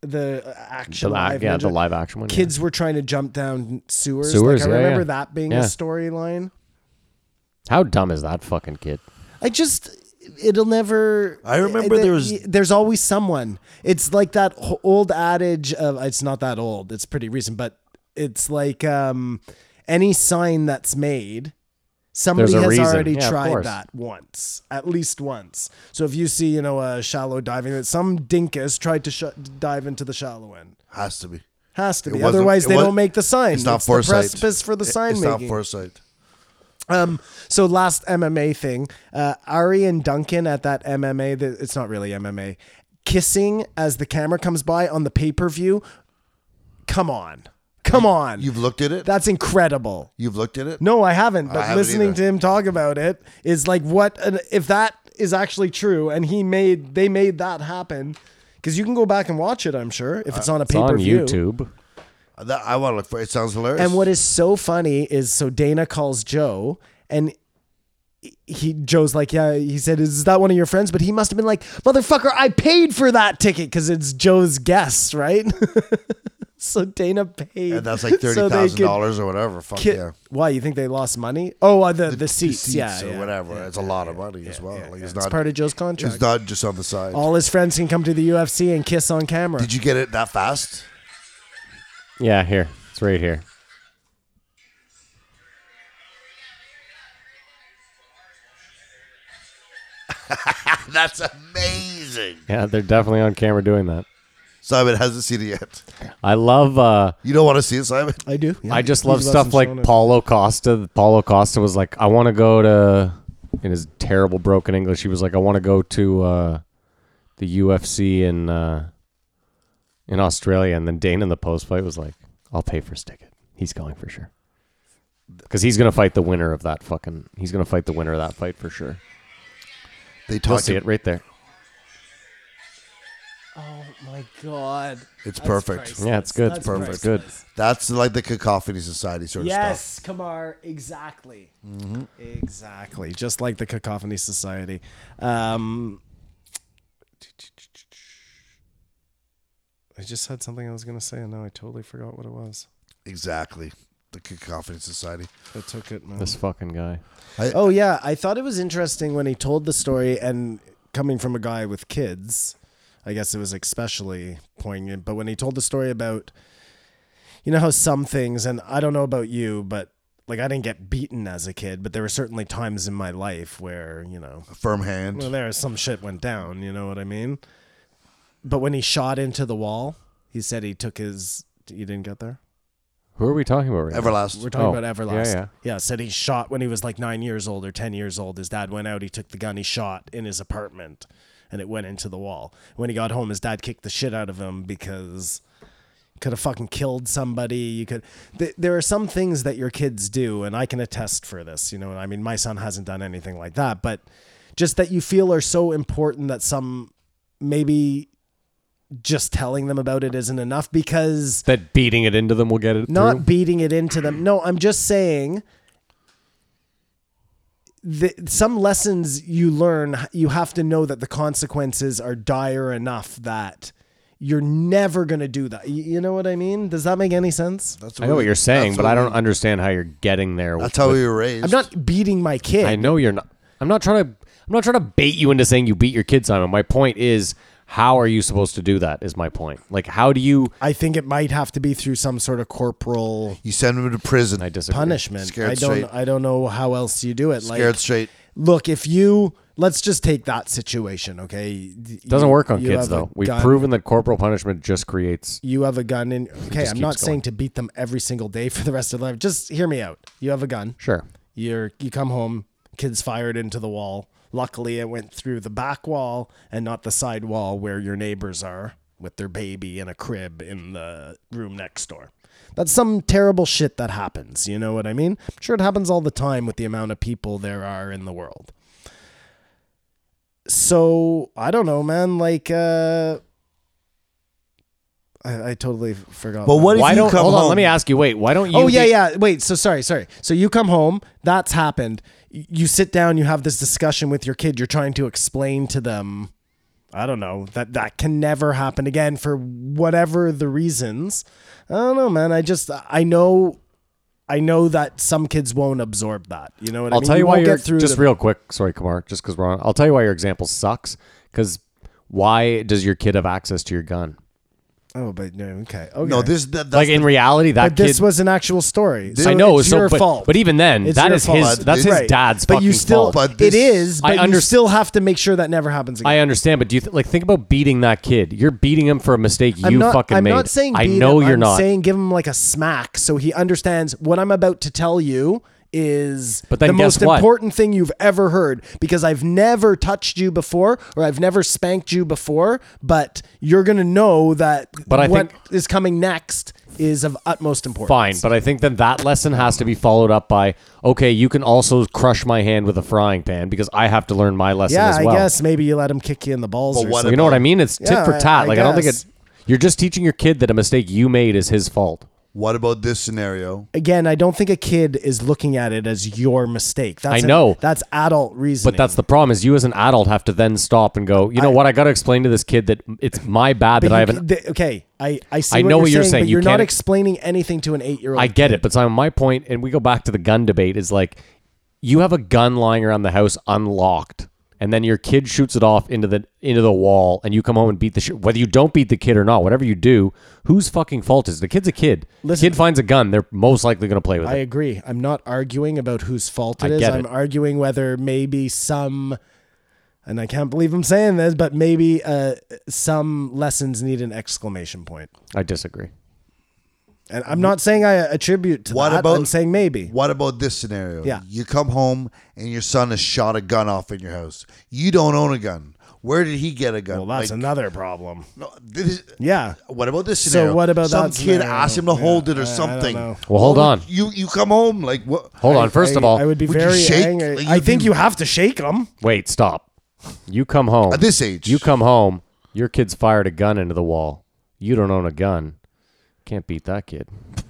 the uh, action
the,
live
live, yeah,
Ninja-
the live action one. yeah.
kids were trying to jump down sewers.
Sewers,
like, I
yeah,
remember
yeah.
that being
Yeah.
a storyline.
How dumb is that fucking kid?
I just it'll never eh,
I remember there was-
there's always someone. It's like that ho- old adage of it's not that old. It's pretty recent, but it's like um any sign that's made somebody
There's a
has
reason.
already
Yeah, of
tried
course.
that once, at least once. So if you see, you know, a shallow diving some dinkus tried to sh- dive into the shallow end.
Has to be.
Has to
It
be.
wasn't-
Otherwise
it
they
was-
don't make the sign.
It's not foresight.
The precipice for the
It-
sign
It's
making.
not foresight.
Um, so last MMA thing, uh, Ari and Duncan at that MMA, the, it's not really MMA, kissing as the camera comes by on the pay per view. Come on, come on,
You've looked at it.
that's incredible.
You've looked at it.
No, I haven't. But
haven't
listening
either.
to him talk about it is like what an, if that is actually true, and he made they made that happen because you can go back and watch it. I'm sure if it's on a
It's
pay per
on
view.
YouTube.
That, I want to look for. It sounds hilarious.
And what is so funny is so Dana calls Joe and he Joe's like, yeah, he said, is that one of your friends? But he must have been like, motherfucker, I paid for that ticket because it's Joe's guest, right? [LAUGHS] so Dana paid.
[LAUGHS] And that's like
[LAUGHS]
thirty
so they
thousand
could
dollars or whatever. Fuck
ki-
yeah.
Why you think they lost money? Oh, uh, the, the, seats, yeah,
or
yeah.
whatever. it's a lot of money as well. like it's,
It's
not
part of Joe's contract.
it's not just on the side.
All his friends can come to the UFC and kiss on camera.
Did you get it that
[LAUGHS]
fast?
Yeah, here. It's right here.
That's amazing.
Yeah, they're definitely on camera doing that.
Simon hasn't seen it yet.
I love uh
You don't want to see it, Simon.
I do. yeah.
I just
Please
love
watch
stuff
some Shona.
like Paulo Costa. Paulo Costa was like, I want to go to, in his terrible broken English, he was like, I want to go to uh, the UFC in uh, in Australia. And then Dana in the post fight was like, I'll pay for his ticket. He's going for sure. Because he's going to fight the winner of that fucking, he's going to fight the winner of that fight for sure.
They
You'll
talked.
see it
to,
right there.
Oh my god.
It's perfect.
priceless.
Yeah, it's good.
That's
Perfect. It's good.
priceless.
That's like the cacophony society sort of stuff.
Yes, Kamar, exactly. Exactly. Just like the Cacophony Society. Um, I just had something I was going to say, and now I totally forgot what it was.
Exactly. The cacophony society.
I took it. man.
This fucking guy.
Oh yeah, I thought it was interesting when he told the story and coming from a guy with kids, I guess it was especially poignant, but when he told the story about you know how some things and I don't know about you, but like I didn't get beaten as a kid, but there were certainly times in my life where, you know,
A firm hand.
well, there some shit went down, you know what I mean? But when he shot into the wall, he said he took his you didn't get there?
Who are we talking about right now?
Everlast.
We're talking
Oh,
about Everlast.
yeah,
Yeah, said he shot when he was like nine years old or 10 years old. His dad went out, he took the gun, he shot in his apartment, and it went into the wall. When he got home, his dad kicked the shit out of him because could have fucking killed somebody. You could. Th- there are some things that your kids do, and I can attest for this. You know, I mean, my son hasn't done anything like that, but just that you feel are so important that some maybe just telling them about it isn't enough because
That beating it into them will get it
not
through?
beating it into them. No, I'm just saying that some lessons you learn, you have to know that the consequences are dire enough that you're never going to do that. Y- You know what I mean? Does that make any sense?
That's
I know what
we-
you're saying,
that's
but
what
I don't
we-
understand how you're getting there. with-
That's how we were raised.
I'm not beating my kid.
I know you're not. I'm not trying to. I'm not trying to bait you into saying you beat your kid, Simon. My point is, how are you supposed to do that? Is my point. Like, how do you?
I think it might have to be through some sort of corporal
You send him to prison.
I disagree.
punishment.
Scared
I don't
straight.
I don't know how else you do it.
Scared
like
straight.
look, if you let's just take that situation, okay?
Doesn't work on
You
kids
have a
though. We've
gun.
proven that corporal punishment just creates.
you have a gun in okay
keeps
i'm not
going.
saying to beat them every single day for the rest of their life just hear me out you have a gun
Sure.
you're you come home kids fired into the wall luckily it went through the back wall and not the side wall where your neighbors are with their baby in a crib in the room next door that's some terrible shit that happens you know what i mean I'm sure it happens all the time with the amount of people there are in the world so i don't know man like uh I, I totally f- forgot.
But
what.
what if
Why
you
don't?
come
Hold
home?
on. Let me ask you. Wait. Why don't you?
oh yeah,
be-
yeah. Wait. So sorry, sorry. So you come home. That's happened. Y- You sit down. You have this discussion with your kid. You're trying to explain to them. I don't know that that can never happen again for whatever the reasons. I don't know, man. I just I know. I know that some kids won't absorb that. You know what I
I'll
mean?
tell you why
won't
you're
get through
just
the-
real quick. Sorry, Kamar, just because we're on. I'll tell you why your example sucks. Because why does your kid have access to your gun?
Oh, but no. Okay. Okay.
No, this that, that's
Like in reality, that
But
kid.
this was an actual story. So
I know.
It's
so,
your
but,
fault.
but even then,
It's
that
your
is his.
fault.
That's his
Right.
dad's.
But
fucking
you still.
fault.
But
it
this-
is.
I
But you
under-
still have to make sure that never happens again.
I understand, but do you th- like think about beating that kid? You're beating him for a mistake you
I'm not,
fucking
I'm
made.
not saying
I
beat
know
him.
you're
I'm
not,
saying give him like a smack so he understands what I'm about to tell you is
But then
the
guess
most
what?
important thing you've ever heard because I've never touched you before or I've never spanked you before, but you're gonna know that
But I
what
think-
is coming next is of utmost importance.
fine. But I think then that lesson has to be followed up by okay, you can also crush my hand with a frying pan because I have to learn my lesson
yeah,
as well.
I guess maybe you let him kick you in the balls.
But
or
what
something.
You know what I mean? It's
Yeah,
tit for
I-
tat.
I
like I don't think
guess.
it. You're just teaching your kid that a mistake you made is his fault.
What about this scenario?
Again, I don't think a kid is looking at it as your mistake. That's
I
an-
know.
that's adult reasoning.
But that's the problem is you as an adult have to then stop and go, you know what, I got to explain to this kid that it's my bad that
But
I
you
have an
can- the- okay, I I see.
I
what
know
you're
what you're
saying,
saying.
But
You
you're not
can't-
explaining anything to an eight year old.
I get it, but Simon, my point, and we go back to the gun debate, is like you have a gun lying around the house unlocked, and then your kid shoots it off into the into the wall, and you come home and beat the shit. Whether you don't beat the kid or not, whatever you do, whose fucking fault is it? the kid's a kid?
Listen-
kid finds a gun, they're most likely going to play with
I
it.
agree. I'm not arguing about whose fault
I
it is.
get
I'm
it.
arguing whether maybe some, and I can't believe I'm saying this, but maybe uh, some lessons need an exclamation point.
I disagree.
And I'm not saying I attribute to
What
that.
about-
I'm saying maybe.
What about this scenario?
Yeah.
You come home and your son has shot a gun off in your house. You don't own a gun. Where did he get a gun?
Well, that's
Like,
another problem.
no, this,
Yeah.
What about this
So
scenario?
what about
some
that
kid
scenario?
asked him to
Yeah,
hold it
I-
or
I don't
something?
know.
Well, hold
What
on.
would- You you come home like what?
Hold on. First
I-
of all,
I would be
Would you
very
shake?
angry.
Like,
I
you'd
think
be-
you have to shake them.
wait, stop. You come home
At this age.
You come home, your kid's fired a gun into the wall. You don't own a gun. Can't beat that kid.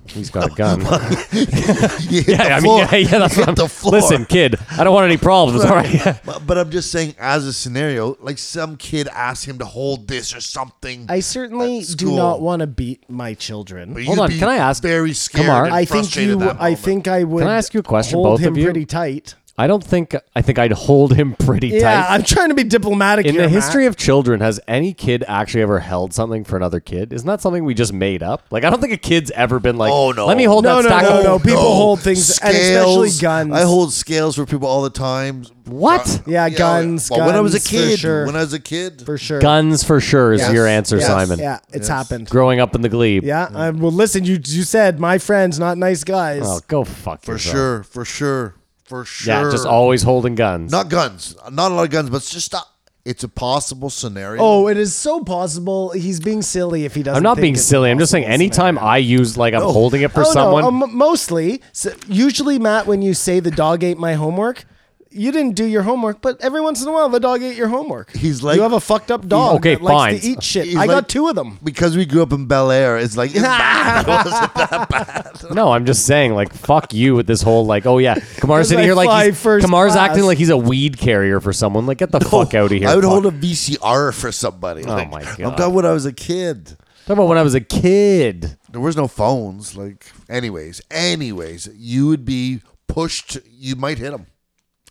He's got
[LAUGHS]
a gun.
[LAUGHS] You hit the
Yeah, [LAUGHS] I mean,
floor.
yeah, yeah,
[LAUGHS]
that's
[LAUGHS] You
what
hit
I'm,
the floor.
Listen, kid, I don't want any problems. All right.
But, but I'm just saying, as a scenario, like some kid asked him to hold this or something.
I certainly
At
do
school.
not want to beat my children.
But
Hold
you'd
on,
be
can I ask-
Very scared.
Kamar?
and
I think
frustrated
you.
that
I
moment.
think I would.
Can I ask you a question,
Hold
both
him
of you?
pretty tight.
[LAUGHS] I don't think I think I'd hold him pretty
Yeah,
tight.
I'm trying to be diplomatic
In
here,
the
Matt.
history of children, has any kid actually ever held something for another kid? Isn't that something we just made up? Like, I don't think a kid's ever been like,
Oh, no.
let me hold
No,
that
no,
stack
no,
of
no. People hold things, and especially guns.
I hold scales for people all the time.
[LAUGHS] What?
Yeah, guns,
Well, when I was a
guns, for
kid,
sure.
when I was a kid,
for sure.
guns for sure is
Yes,
your answer,
yes,
Simon.
Yeah, it's happened.
Growing up in the glebe.
Yeah. I, well, listen, you you said my friends, not nice guys.
Oh, go fuck
for
yourself.
sure, for sure, for sure.
Yeah, just always holding guns.
not guns, not a lot of guns, but it's just not. It's a possible scenario.
Oh, it is so possible. He's being silly if he doesn't.
I'm not
think
being
it's
silly. I'm just saying,
possible
anytime I use like I'm holding it for
scenario.
someone,
No, um, mostly, so usually, Matt, when you say the dog ate my homework, you didn't do your homework, but every once in a while, the dog ate your homework.
He's like-
you have a fucked up dog.
Okay,
that likes to
fine.
eat shit.
He's
I
like-
got two of them.
because we grew up in Bel Air, it's like it's [LAUGHS] bad. It wasn't that bad.
No, I'm just saying, like, fuck you with this whole, like, oh yeah,
[LAUGHS]
Kamar's sitting
I
here like
fly
he's,
first
Kamar's
class.
acting like he's a weed carrier for someone. Like, get the fuck out of here.
I would
fuck.
hold a VCR for somebody. Oh
my
I'm
God.
done when I was a kid.
Talk about when I was a kid.
There was no phones. Like, anyways, anyways, you would be pushed. You might hit him,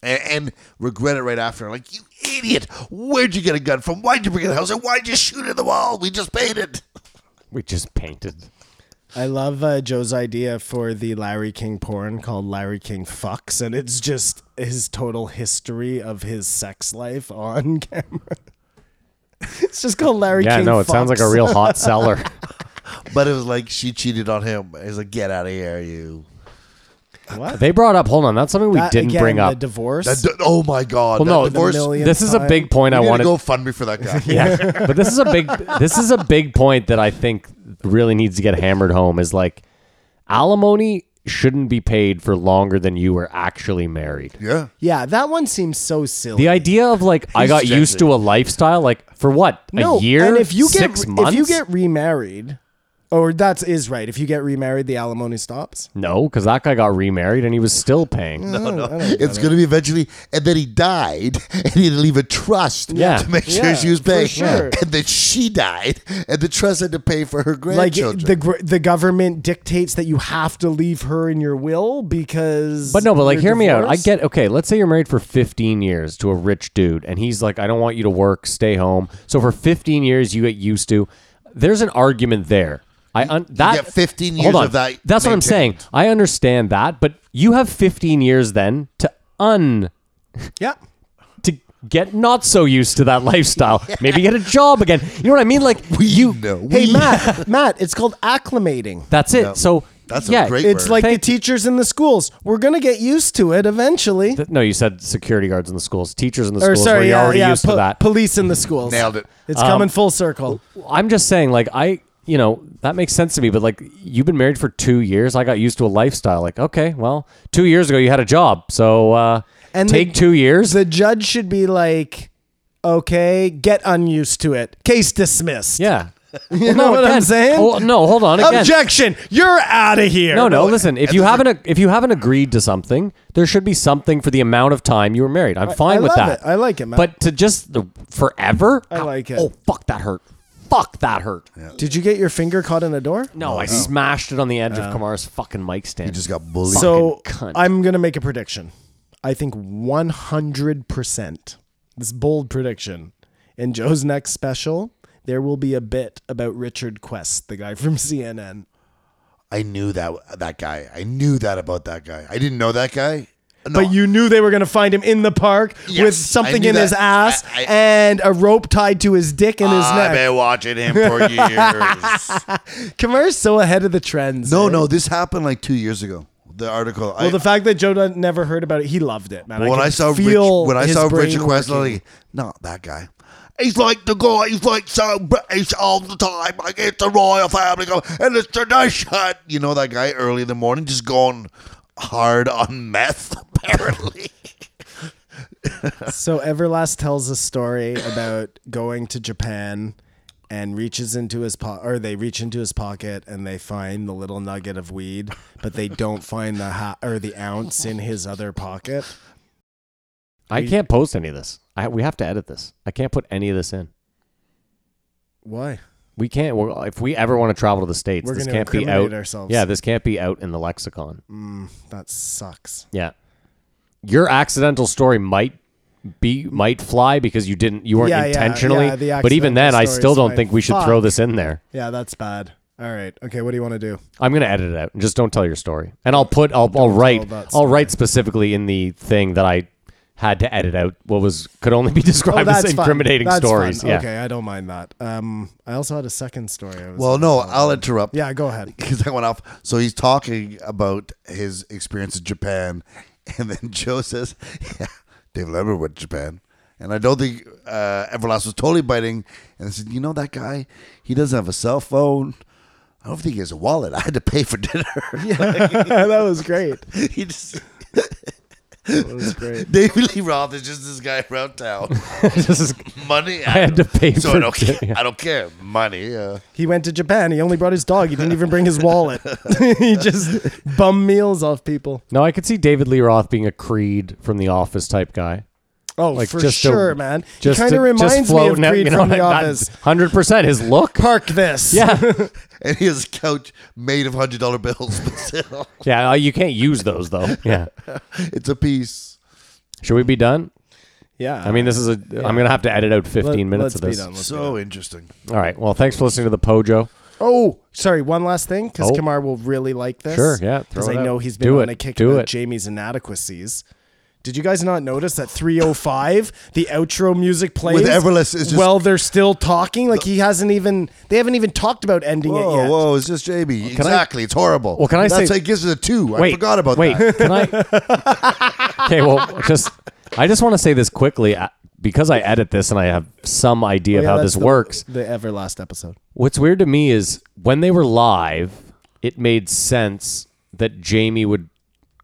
and, and regret it right after. Like, you idiot! Where'd you get a gun from? Why'd you bring it to the house? And why'd you shoot at the wall? We just painted.
We just painted.
I love uh, Joe's idea for the Larry King porn called Larry King Fucks, and it's just his total history of his sex life on [LAUGHS] camera. it's just called Larry
Yeah,
King
no, it sounds like a
Fucks.
real hot
[LAUGHS]
seller.
But it was like she cheated on him. It's like, get out of here, you.
What?
they brought up. Hold on, that's something we
That,
didn't
again,
bring up.
The divorce.
That, d- oh my God!
well, no,
that divorce.
million-
We
this is a big
time.
point I
need
wanted.
to go fund me for that
[LAUGHS]
guy.
[LAUGHS] yeah, but this is a big. This is a big point that I think really needs to get hammered home. Is like alimony shouldn't be paid for longer than you were actually married.
yeah.
yeah, that one seems so silly.
The idea of like I got
He's
used to a lifestyle, like for what
no,
a year,
and if you get
six months.
if you get remarried, or that is right. If you get remarried, the alimony stops.
no, because that guy got remarried and he was still paying.
No, no. It's going to be eventually. And then he died, [LAUGHS] and he didn't leave a trust
Yeah.
to make sure
Yeah,
she was
for
paid.
sure.
And then she died, and the trust had to pay for her
Like
grandchildren.
the gr- the government dictates that you have to leave her in your will because.
But no, but like,
you're
hear me out. I
divorced?
get okay. Let's say you're married for 15 years to a rich dude, and he's like, "I don't want you to work, stay home." So for 15 years, you get used to. There's an argument there. I un- that
get 15
hold
years
on.
of that
That's what I'm saying. I understand that, but you have 15 years then to un
Yeah.
to get not so used to that [LAUGHS] lifestyle. Maybe get a job again. You know what I mean? Like
We
you.
know.
Hey,
We-
Matt, Matt, it's called acclimating.
That's it. So
That's a
yeah,
great
It's
word.
like
Thank
the teachers in the schools. We're going to get used to it eventually.
th- no, you said security guards in the schools, teachers in the
or
schools. where
sorry,
you're
yeah,
already
yeah,
used
po-
to that. Um,
police in the schools.
Nailed it.
It's coming full circle.
I'm just saying, like, I, you know, that makes sense to me, but like, you've been married for two years. I got used to a lifestyle. Like, okay, well, two years ago you had a job. So, uh,
And
take
the-
two
[LAUGHS]
years.
The judge should be like, okay, get unused to it. Case dismissed.
yeah.
You know what I'm saying?
Oh, no, hold on. Again.
Objection! You're out of here.
No, no. Listen, if you haven't if you haven't agreed to something, there should be something for the amount of time you were married. I'm fine
I
with
love
that.
it. I like it, man.
But to just the, forever,
I like it.
Oh fuck, that hurt. Fuck that hurt.
Did you get your finger caught in a door?
No, I smashed it on the edge of Kamar's fucking mic stand.
just got bullied.
So
Fucking cunt.
I'm gonna make a prediction. I think 100 percent. This bold prediction. In Joe's next special, there will be a bit about Richard Quest, the guy from [LAUGHS] CNN.
I knew that that guy. I knew that about that guy. I didn't know that guy. No,
But you knew they were going to find him in the park
Yes,
with
I
something
knew
in
that.
his ass
I- Ah, I-
and a rope tied to his dick and his
I've
neck.
been watching him for years.
Kamara's so ahead of the trends.
no,
eh?
no, this happened like two years ago. The article.
Well, the fact that Joe done- never heard about it, he loved it, man.
when
could
I saw Rich,
feel
when I
his
saw
brain
Richard Quest, I was
working.
like, not that guy. He's like the guy. He's like so British all the time. Like it's the royal family go- and it's tradition. You know that guy early in the morning, just going hard on meth. [LAUGHS] Apparently,
So Everlast tells a story about going to Japan and reaches into his po- or they reach into his pocket and they find the little nugget of weed, but they don't find the ha- or the ounce in his other pocket.
I can't post any of this. I, we have to edit this. I can't put any of this in.
Why?
We can't. Well, if we ever want to travel to the states,
We're
this
gonna
can't be
incriminate
out.
ourselves.
Yeah, this can't be out in the lexicon.
That sucks.
Yeah, your accidental story might be might fly because you didn't. You weren't
Yeah, yeah,
intentionally.
yeah, the
but even
accidental
then, I
stories
still don't
might-
think we should throw
Fuck.
this in there.
Yeah, that's bad. All right. Okay, what do you want to do?
I'm gonna edit it out. Just don't tell your story, and I'll put. I'll, I'll write.
that
I'll write specifically in the thing that I had to edit out. What was could only be [LAUGHS] described as
fun.
incriminating
Oh, That's
stories.
fun.
Yeah.
Okay, I don't mind that. Um, I also had a second story. I was
well, no, I'll interrupt.
yeah, go
[LAUGHS]
ahead. [LAUGHS]
because I went off. So he's talking about his experience in Japan, and then [LAUGHS] Joe says, "Yeah, Dave Lemmer went to Japan." And I don't think uh, Everlast was totally biting. And I said, "You know that guy? He doesn't have a cell phone. I don't think he has a wallet. [LAUGHS] I had to pay for dinner. [LAUGHS]
that was great.
he just
That was great.
David Lee Roth is just this guy
[LAUGHS]
around town.
This is-
Money. I,
had to pay
so
for
I don't care.
dinner.
I don't care. Money. Uh,
He went to Japan. He only brought his dog. He didn't even bring his wallet. [LAUGHS] he just bum meals off people.
no, I could see David Lee Roth being a Creed from The Office type guy.
Oh,
Like
for
just a-
sure, man. He
Just
kind of reminds
[LAUGHS]
me of Creed from The Office.
Hundred percent his look.
Park this.
Yeah,
and he has a couch made of hundred dollar bills, [LAUGHS] but still,
[LAUGHS] yeah. uh, You can't use those though. [LAUGHS] Yeah.
it's a piece.
Should we be done?
yeah.
I mean, this is a. am gonna have to edit out 15 minutes
let's
of this.
Be done. Let's
So interesting.
All right. Well, thanks for listening to the Pojo.
Oh, sorry. One last thing, because
Oh.
Kamar will really like this.
Sure, yeah,
Because
throw
I
it
know
out.
he's been
Do
on
it,
a kick
do
about
it.
Jamie's inadequacies. Did you guys not notice that 305 the outro music plays
Everless, it's just-
while they're still talking? Like he hasn't even they haven't even talked about ending it
Whoa,
yet.
whoa, it's just Jamie.
can I-
exactly. it's horrible.
Well, can I say-
That's how it gives it a two. I
Wait,
forgot about
wait,
that.
can I?
[LAUGHS]
okay, well, just I just want to say this quickly uh, because I edit this and I have some idea
Yeah,
of how
that's
this
the-
works.
The Everlast episode.
What's weird to me is when they were live, it made sense that Jamie would.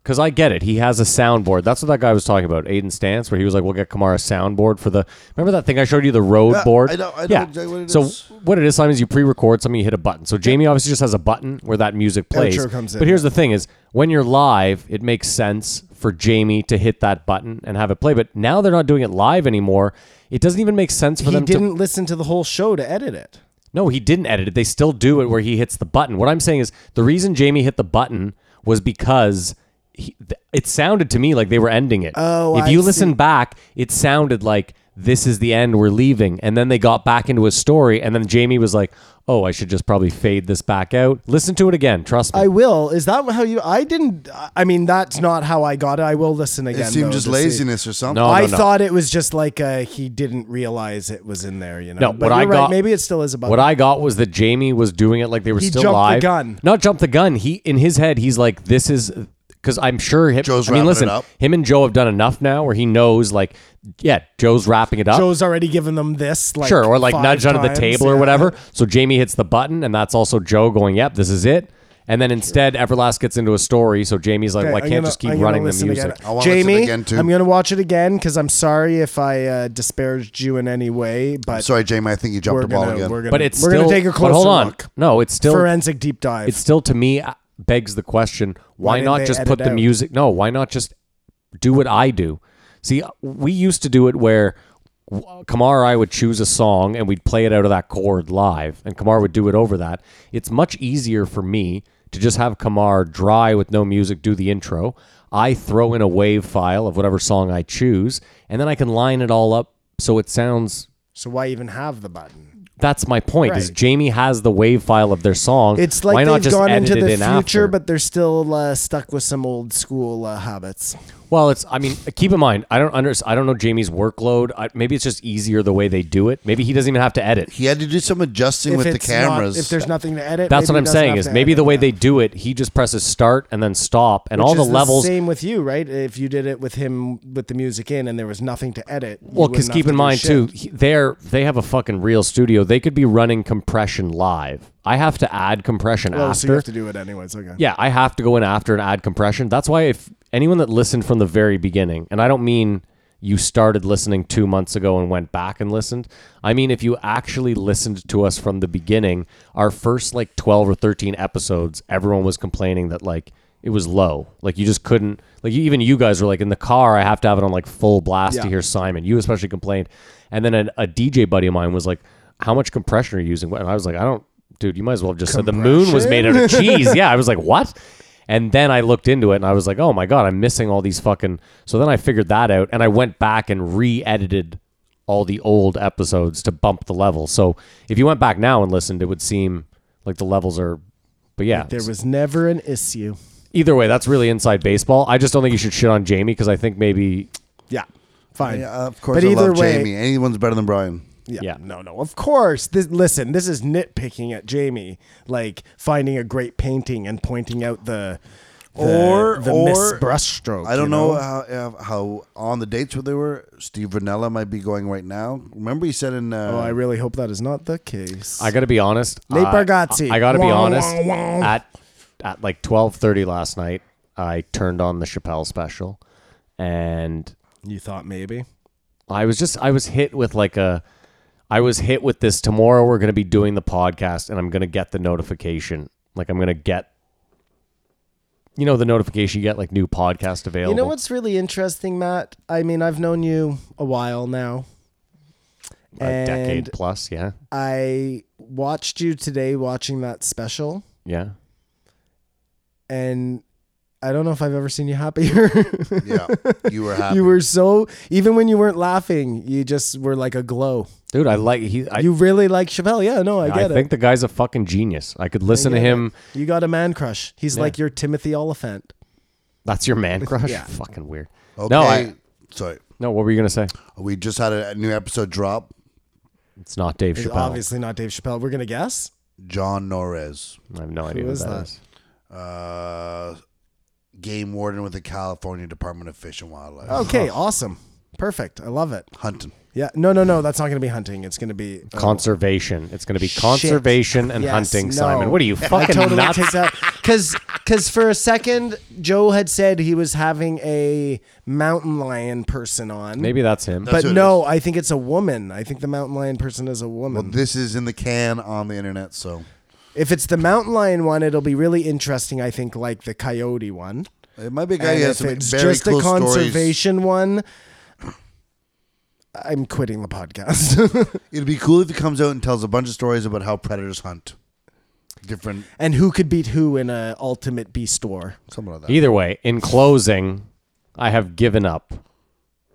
Because I get it. He has a soundboard. That's what that guy was talking about, Aiden Stance, where he was like, we'll get Kamara a soundboard for the. Remember that thing I showed you, the road
Yeah,
board?
I know- I know exactly what it
so
is.
what it is, Simon, is you pre record something, you hit a button. So Jamie obviously just has a button where that music plays.
Outro comes in,
but here's the thing is when you're live, it makes sense for Jamie to hit that button and have it play. But now they're not doing it live anymore. It doesn't even make sense for
He
them to
didn't listen to the whole show to edit it.
no, he didn't edit it. They still do it where he hits the button. What I'm saying is the reason Jamie hit the button was because he, th- it sounded to me like they were ending it.
Oh,
if
I
you
see.
listen back, it sounded like this is the end. We're leaving, and then they got back into a story, and then Jamie was like, "Oh, I should just probably fade this back out." Listen to it again. Trust me.
I will. Is that how you? I didn't. I mean, that's not how I got it. I will listen
it
again.
seemed
though,
just
to see.
laziness or something.
No,
I
no, no.
thought it was just like uh, he didn't realize it was in there, you know.
No,
but
what I
you're right,
got-
maybe it still is about.
what I got was that Jamie was doing it like they were
He
still
jumped the
live.
gun.
Not jump the gun. He in his head, he's like, "This is." Because I'm sure him,
Joe's
I mean,
wrapping it
listen,
up.
him and Joe have done enough now where he knows, like, yeah, Joe's wrapping it up.
Joe's already given them this, like
sure, or like
five
nudge under the
times,
table or
yeah.
whatever. So Jamie hits the button, and that's also Joe going, "Yep, this is it." And then instead, Everlast gets into a story. So Jamie's like,
Okay,
well, I
I'm
can't
gonna-
just keep
I'm gonna
running the
listen
music.
again.
I wanna listen
Jamie,
again, too.
I'm going to watch it again because I'm sorry if I uh, disparaged you in any way, but
Sorry, Jamie. I think you
we're
jumped the ball
gonna,
again.
we're gonna
But it's
we're
still.
gonna take a
but
closer
hold on.
look.
No, it's still.
Forensic deep dive.
it still to me uh, begs the question why,
didn't
not
they
just
edit
put the
out?
music no why not just do what i do see uh, we used to do it where w- Kamar or I would choose a song and we'd play it out of that chord live, and Kamar would do it over that. It's much easier for me to just have Kamar dry with no music do the intro. I throw in a wave file of whatever song I choose, and then I can line it all up so it sounds.
so why even have the button?
That's my point. Is
Right.
Jamie has the wave file of their song?
It's
why
like
not
they've
just
gone
edit
into the
it in
future,
after?
but they're still uh, stuck with some old school uh, habits.
Well, it's. I mean, keep in mind. I don't under. I don't know Jamie's workload. I, maybe it's just easier the way they do it. Maybe he doesn't even have to edit.
He had to do some adjusting with the
it's not-
cameras.
if there's nothing to edit,
That's
maybe
what
he
I'm
doesn't
saying.
have
Is
to
maybe
edit
the way
that.
they do it, he just presses start and then stop, and all
Which
the
is
levels.
Same with you, right? If you did it with him with the music in, and there was nothing to edit. you
Well,
wouldn't
because
have
keep
to
in
do
mind
shit.
too, he- they're they have a fucking real studio. They could be running compression live. I have to add compression
Oh, so you
after.
have to do it anyways. Okay.
yeah, I have to go in after and add compression. That's why if anyone that listened from the very beginning, and I don't mean you started listening two months ago and went back and listened. I mean, if you actually listened to us from the beginning, our first like 12 or 13 episodes, everyone was complaining that like it was low. Like you just couldn't, like you, even you guys were like, in the car, I have to have it on like full blast to
Yeah.
hear Simon. You especially complained. And then a, a DJ buddy of mine was like, How much compression are you using? And I was like, I don't, dude, you might as well have just said the moon was made out of cheese. yeah. I was like, What? And then I looked into it and I was like, oh my God, I'm missing all these fucking. So then I figured that out and I went back and re edited all the old episodes to bump the level. So if you went back now and listened, it would seem like the levels are. But yeah,
There was never an issue.
either way, that's really inside baseball. I just don't think you should shit on Jamie because I think maybe.
Yeah. Fine.
yeah, of course,
But
I
either
love
way,
Jamie. Anyone's better than Brian.
Yeah.
Yeah.
No, no. Of course. This, listen, this is nitpicking at Jamie, like finding a great painting and pointing out the the,
Or-
the
or-
miss brushstroke.
I don't
you
know, how uh, how on the dates where they were. Steve Vanella might be going right now. Remember, he said in. Uh,
Oh, I really hope that is not the case.
I got to be honest.
Nate
I-
Bargatze.
I, got to be
Wah,
honest.
wah, wah.
At at like twelve thirty last night, I turned on the Chappelle special, and
you thought maybe.
I was just I was hit with like a I was hit with this tomorrow we're going to be doing the podcast and I'm going to get the notification. Like I'm going to get you know the notification you get like new podcast available.
You know what's really interesting, Matt? I mean, I've known you a while now.
a decade plus, yeah.
I watched you today watching that special,
Yeah.
and I don't know if I've ever seen you happier. [LAUGHS]
yeah, you were happy.
you were so even when you weren't laughing, you just were like a glow.
Dude, I like he I,
you really like Chappelle, yeah? No, I
I
get
think
it.
the guy's a fucking genius. I could listen to
get
him.
You got a man crush. He's like your Timothy Oliphant.
That's your
[LAUGHS]
man crush.
Yeah.
Fucking weird.
okay.
No, I
Sorry,
No, what were you going to say?
we just had a, a new episode drop.
It's not Dave
He's
Chappelle.
obviously not Dave Chappelle. We're gonna
[LAUGHS]
guess.
John Norris,
I have no idea
is
what that
that?
is.
uh, game warden with the California Department of Fish and Wildlife,
Okay, awesome, perfect. I love it.
hunting.
Yeah, no, no, no. That's not gonna be hunting. It's gonna be. uh,
Conservation. It's going to be conservation and
Oh. Yes,
hunting,
no.
Simon.
[LAUGHS]
What are you [LAUGHS] fucking
totally
nuts?
takes out because because for a second Joe had said he was having a mountain lion person on,
Maybe that's him.
but
who it
no, I think it's a woman. I think the mountain lion person is a woman.
This is in the can on the internet, so
if it's the mountain lion one, it'll be really interesting. I think like the coyote one.
it might be a guy
And
who has
if
some
it's
very
just a
close stories.
conservation one, I'm quitting the podcast. [LAUGHS]
It'd be cool if he comes out and tells a bunch of stories about how predators hunt. Different,
and who could beat who in a ultimate beast war?
something like that.
Either way, in closing, I have given up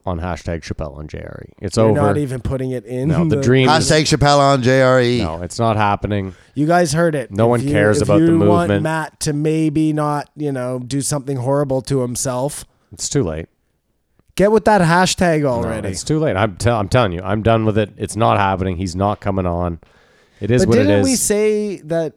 on hashtag Chappelle on JRE. E. It's
You're
over.
not even putting it in.
no, the dream.
Hashtag Chappelle on E. JRE.
No, it's not happening.
You guys heard it.
No one
you-
cares about
you
the
Want
movement.
Matt to maybe not, you know, do something horrible to himself.
It's too late.
Get with that hashtag
No,
already.
it's too late. I'm, tell i I'm telling you, I'm done with it. It's not happening. He's not coming on. It is
but
what it
didn't
is.
we say that?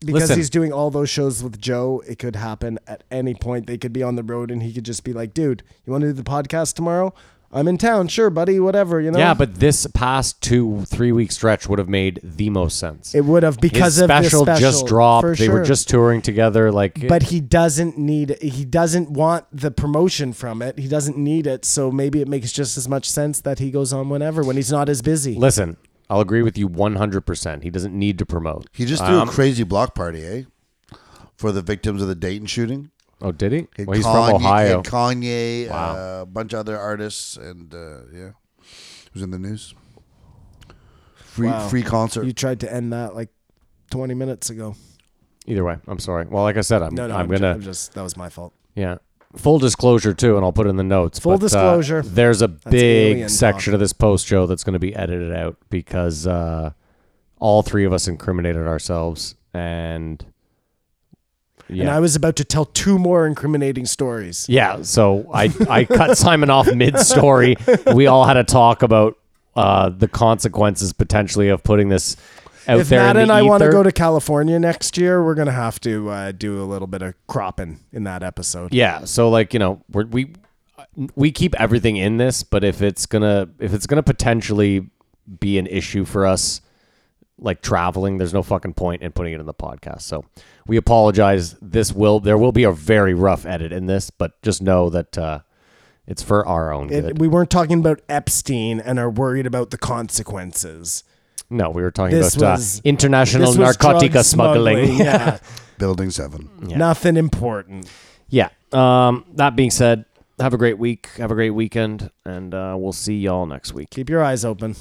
Because
Listen.
he's doing all those shows with Joe, it could happen at any point. They could be on the road and he could just be like, dude, you want to do the podcast tomorrow? I'm in town, sure, buddy, whatever, you know.
Yeah, but this past two three week stretch would have made the most sense.
it would have because
His
of this
special
special
just dropped.
for
They were
sure.
just touring together. Like,
But he doesn't need. He doesn't want the promotion from it. He doesn't need it. So maybe it makes just as much sense that he goes on whenever when he's not as busy.
listen, I'll agree with you 100. percent He doesn't need to promote.
He just
Um,
threw a crazy block party, eh? For the victims of the Dayton shooting.
Oh, did he?
He had
Well, he's from Ohio.
Had Kanye, uh, a bunch of other artists, and uh, yeah, it was in the news. Free
Wow.
free concert.
You tried to end that like 20 minutes ago.
Either way, I'm sorry. Well, like I said, I'm
No, no,
I'm,
I'm,
gonna
ju- I'm just that was my fault.
yeah. Full disclosure too, and I'll put it in the notes.
Full
but, uh,
disclosure.
there's a big
alien
section of this post show that's going to be edited out because uh, all three of us incriminated ourselves, and yeah,
And I was about to tell two more incriminating stories.
Yeah, so I I
[LAUGHS]
cut Simon off mid story. We all had a talk about uh, the consequences potentially of putting this out
If
there.
Matt
in the
and I want to
ether.
go to California next year, we're gonna have to uh, do a little bit of cropping in that episode.
yeah, so like you know we're, we we keep everything in this, but if it's gonna if it's gonna potentially be an issue for us, like traveling, there's no fucking point in putting it in the podcast. So we apologize. This will there will be a very rough edit in this, but just know that uh, it's for our own good.
It, we weren't talking about Epstein and are worried about the consequences.
No, we were talking
This
about
was-
uh, international
This was
narcotica
drug
smuggling. [LAUGHS]
Yeah.
Building seven.
Nothing important.
yeah. [LAUGHS] Um, that being said, have a great week. Have a great weekend. And uh, we'll see y'all next week.
Keep your eyes open.